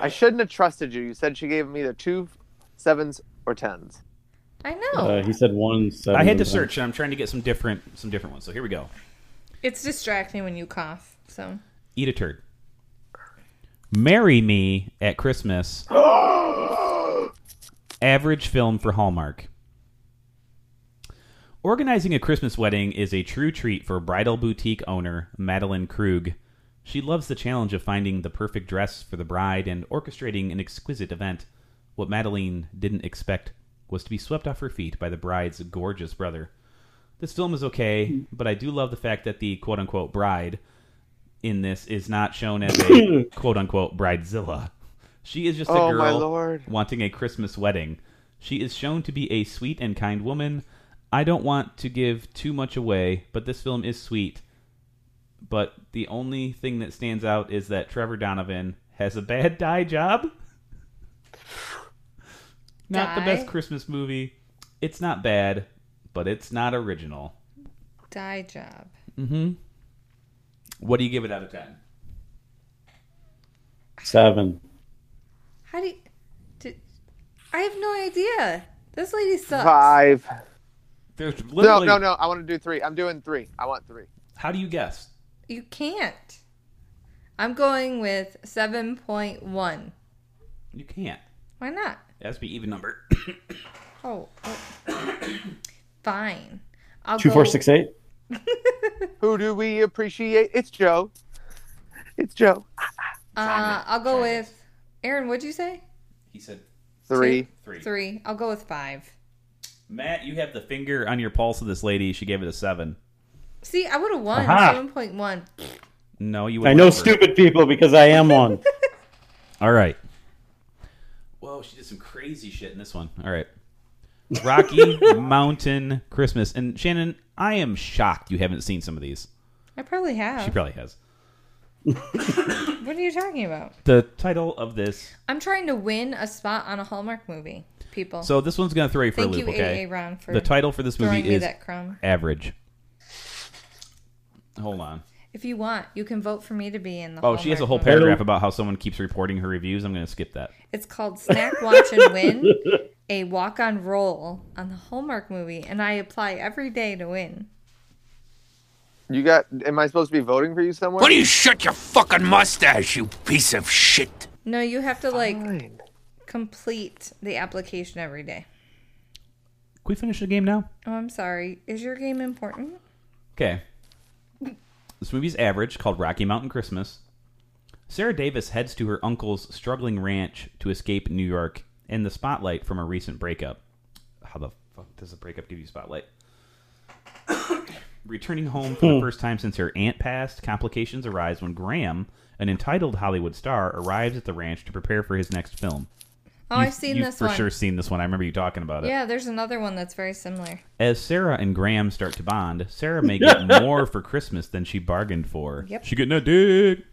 S3: I shouldn't have trusted you. You said she gave me either two sevens or tens.
S2: I know
S4: Uh, he said one. Seven,
S1: I had to
S4: and-
S1: search, and I'm trying to get some different, some different ones. So here we go.
S2: it's distracting when you cough. So
S1: Eat a turd. Marry me at Christmas. Average film for Hallmark. Organizing a Christmas wedding is a true treat for bridal boutique owner Madeline Krug. She loves the challenge of finding the perfect dress for the bride and orchestrating an exquisite event. What Madeline didn't expect was to be swept off her feet by the bride's gorgeous brother. This film is
S3: Hmm.
S1: okay, but I do love the fact that the quote unquote bride in this is not shown as
S3: *coughs*
S1: a quote unquote bridezilla. She is just a
S3: Oh,
S1: girl
S3: my lord.
S1: wanting a Christmas wedding. She is shown to be a sweet and kind woman. I don't want to give too much away, but this film is sweet. But the only thing that stands out is *laughs* that Trevor Donovan has a bad dye job. Not the
S2: Die.
S1: best Christmas movie. It's not bad, but it's not original.
S2: Die job.
S1: What do you give it out of 10?
S4: Seven.
S2: How do you. Did, I have no idea. This lady sucks.
S3: Five.
S1: There's
S3: No,
S1: literally
S3: no, no. I want to do three. I'm doing three. I want three.
S1: How do you guess?
S2: You can't. I'm going with 7.1.
S1: You can't.
S2: Why not?
S1: It has to be even number. *coughs*
S2: Oh. *coughs* oh. Fine. I'll
S4: Two,
S2: go-
S4: four, six, eight.
S3: Who do we appreciate? It's Joe. It's Joe.
S2: Uh, I'll go with. Aaron, what'd you say?
S1: He said
S3: Three.
S1: three.
S2: Three. I'll go with five.
S1: Matt, you have the finger on your pulse of this lady. She gave it a seven.
S2: See, I would have won
S4: Aha.
S2: 7.1.
S1: No, you. would
S4: I know
S1: like her.
S4: stupid people because I am one.
S1: All right. Whoa, she did some crazy shit in this one. All right. Rocky Mountain Christmas. And Shannon, I am shocked you haven't seen some of these.
S2: I probably
S1: She
S2: have.
S1: probably has.
S2: What are you talking about?
S1: The title of this.
S2: I'm trying to win a spot on a Hallmark movie, people.
S1: So this one's going to throw you for
S2: Thank
S1: a loop,
S2: you,
S1: okay?
S2: AA Ron, for
S1: the title for this
S2: throwing
S1: movie
S2: me
S1: is
S2: that crumb.
S1: Average. Hold on.
S2: If you want, you can vote for me to be in the.
S1: Oh, she has a whole
S2: Hallmark movie.
S1: paragraph about how someone keeps reporting her reviews. I'm going to skip that.
S2: It's called Snack, Watch,
S1: *laughs*
S2: and Win, a walk on roll on the Hallmark movie, and I apply every day to win.
S3: You got? Am I supposed to be voting for you somewhere?
S7: Why do you shut your fucking mustache, you piece of shit?
S2: No, you have to like
S3: Fine.
S2: complete the application every day.
S1: Can we finish the game now?
S2: Oh, I'm sorry. Is your game important?
S1: Okay. This movie's average, called Rocky Mountain Christmas. Sarah Davis heads to her uncle's struggling ranch to escape New York and the spotlight from a recent breakup. How the fuck does a breakup give you spotlight? Returning home for the first time since her aunt passed, complications arise when Graham, an entitled Hollywood star, arrives at the ranch to prepare for his next film.
S2: Oh, I've
S1: You've-
S2: seen
S1: you've
S2: this
S1: for
S2: one.
S1: sure seen this one. I remember you talking about it.
S2: Yeah, there's another one that's very similar.
S1: As Sarah and Graham start to bond, Sarah may *laughs* get more for Christmas than she bargained for.
S2: Yep.
S1: She getting a dick.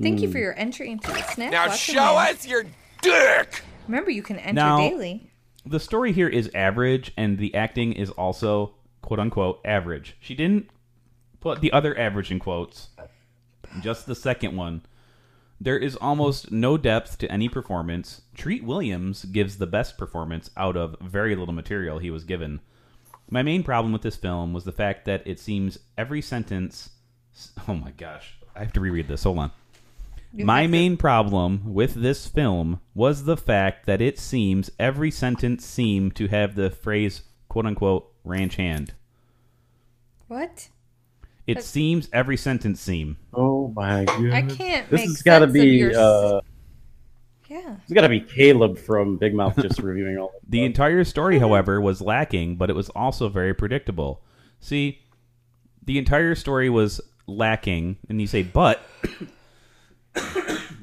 S2: Thank you for
S1: Mm.
S2: your entry into the Snack.
S7: Now
S2: Watch, and
S7: show
S2: Win.
S7: us your dick!
S2: Remember, you can enter
S1: Now-
S2: daily.
S1: The story here is average, and the acting is also quote unquote average. She didn't put the other average in quotes, just the second one. There is almost no depth to any performance. Treat Williams gives the best performance out of very little material he was given. My main problem with this film was the fact that it seems every sentence. Oh my gosh. I have to reread this. Hold on. My main problem with this film was the fact that it seems every sentence seemed to have the phrase quote unquote ranch hand.
S2: What?
S1: It seems every sentence seem.
S4: *laughs* Oh my god!
S2: I can't
S4: This
S2: make
S4: has got to
S2: sense of
S4: be.
S2: your-
S4: Uh,
S2: Yeah.
S4: it's got to be Caleb from Big Mouth *laughs* just reviewing all.
S1: The entire story, however, was lacking, but it was also very predictable. See, the entire story was lacking, and you say, but *coughs*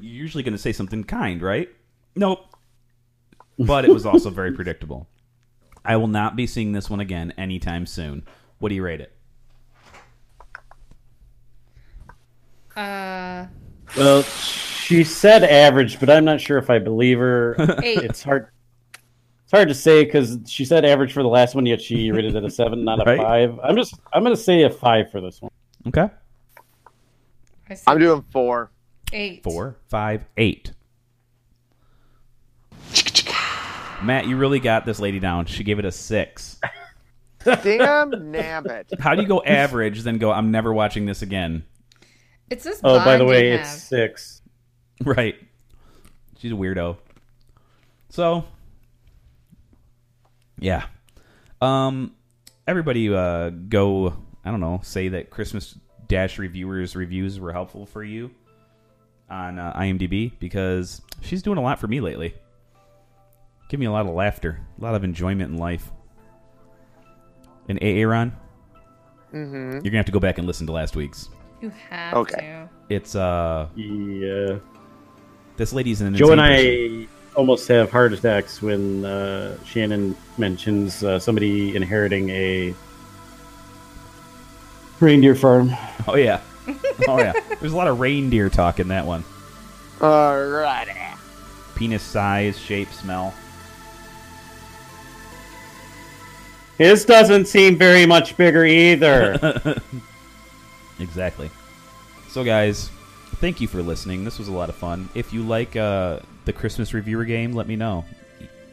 S1: you're usually going to say something kind, right? Nope. But it was also very predictable. I will not be seeing this one again anytime soon. What do you rate it?
S2: Uh,
S4: Well, she said average, but I'm not sure if I
S2: *laughs*
S4: believe her.
S2: eight.
S4: it's hard. It's hard to say because she said average for the last one, yet she rated it a seven, not a
S1: Right?
S4: five. I'm just. I'm gonna say a five for this one.
S1: Okay.
S2: I said
S3: I'm doing four.
S2: eight.
S1: Four, five, eight. Matt, you really got this lady down. She gave it a six.
S3: Damn *laughs* nabbit.
S1: How do you go average, then go, I'm never watching this again? *laughs*
S2: It's this.
S4: Oh, by the
S2: bond
S4: way,
S2: you
S4: it's
S2: have.
S4: six.
S1: Right. She's a weirdo. So, yeah. Um, everybody, uh, go. I don't know. Say that Christmas Dash reviewers reviews were helpful for you on uh, IMDb because she's doing a lot for me lately. Give me a lot of laughter, a lot of enjoyment in life. And AA Ron, mm-hmm. you're gonna have to go back and listen to last week's.
S2: You have
S3: Okay.
S2: to.
S1: It's uh,
S4: Yeah.
S1: this lady's an
S4: Joe
S1: insane
S4: and
S1: person.
S4: I almost have heart attacks when uh, Shannon mentions uh, somebody inheriting a reindeer farm.
S1: Oh yeah. Oh yeah. *laughs* There's a lot of reindeer talk in that one.
S3: Alrighty.
S1: Penis size, shape, smell.
S4: His doesn't seem very much bigger *laughs* either.
S1: Exactly. So, guys, thank you for listening. This was a lot of fun. If you like uh, the Christmas reviewer game, let me know.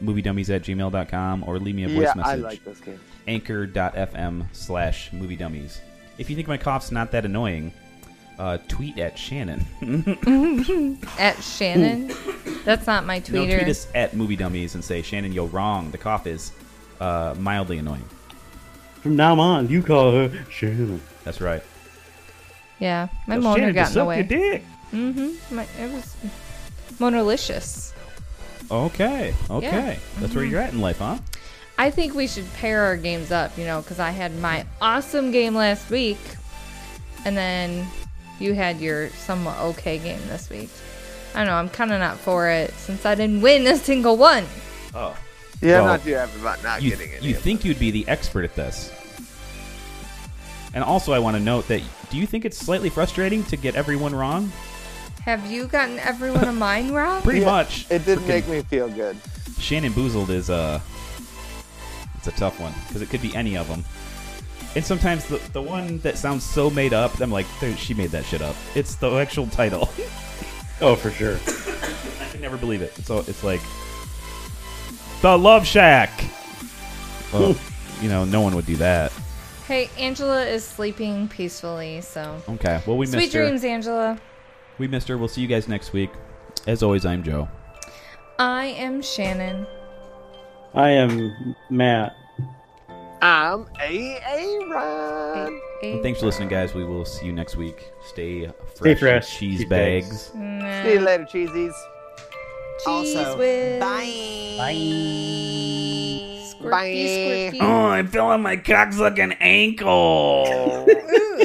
S1: MovieDummies at gmail.com or leave me a voice
S3: yeah,
S1: message.
S3: I like this game.
S1: Anchor.fm slash movie dummies. If you think my cough's not that annoying, uh, tweet at Shannon. *laughs*
S2: At Shannon. That's not my
S1: no,
S2: tweeter.
S1: tweet us at movie dummies and say, Shannon, you're wrong. The cough is uh, mildly annoying.
S4: From now on, you call her Shannon.
S1: That's right.
S2: yeah, my
S1: Tell
S2: moaner
S1: Shannon to
S2: got in the
S1: suck your
S2: way.
S1: dick.
S2: My, it was monerlicious.
S1: Okay, okay.
S2: Yeah.
S1: That's where you're at in life, huh?
S2: I think we should pair our games up, you know, because I had my awesome game last week, and then you had your somewhat okay game this week. I don't know, I'm kind of not for it since I didn't win a single one.
S1: Oh.
S3: Yeah,
S1: Well,
S3: I'm not too happy about not
S1: you,
S3: getting it.
S1: you think you'd be the expert at this. And also, I want to note that do you think it's slightly frustrating to get everyone wrong?
S2: Have you gotten every one of mine, Rob?
S1: Pretty much.
S3: It didn't
S1: Frickin'
S3: make me feel good.
S1: Shannon Boozled is uh, it's a tough one because it could be any of them. And sometimes the, the one that sounds so made up, I'm like, "There- she made that shit up. It's the actual title. *laughs*
S4: Oh, for sure.
S1: I can never believe it. So it's like the Love Shack. Well, you know, no one would do that.
S2: Hey, Angela is sleeping peacefully, so.
S1: Okay. Well, we missed
S2: Sweet
S1: her.
S2: dreams, Angela.
S1: We missed her. We'll see you guys next week. As always, I'm Joe.
S2: I am Shannon.
S4: I am Matt.
S3: I'm a Aaron.
S1: And thanks for listening, guys. We will see you next week. Stay fresh,
S4: fresh.
S1: as cheese
S4: Cheese
S1: bags.
S4: bags.
S3: See you later, cheesies.
S2: Cheese with. Squirky,
S3: Bye.
S2: squirky.
S1: Oh, I'm feeling my cocksucking ankle.
S2: Ooh.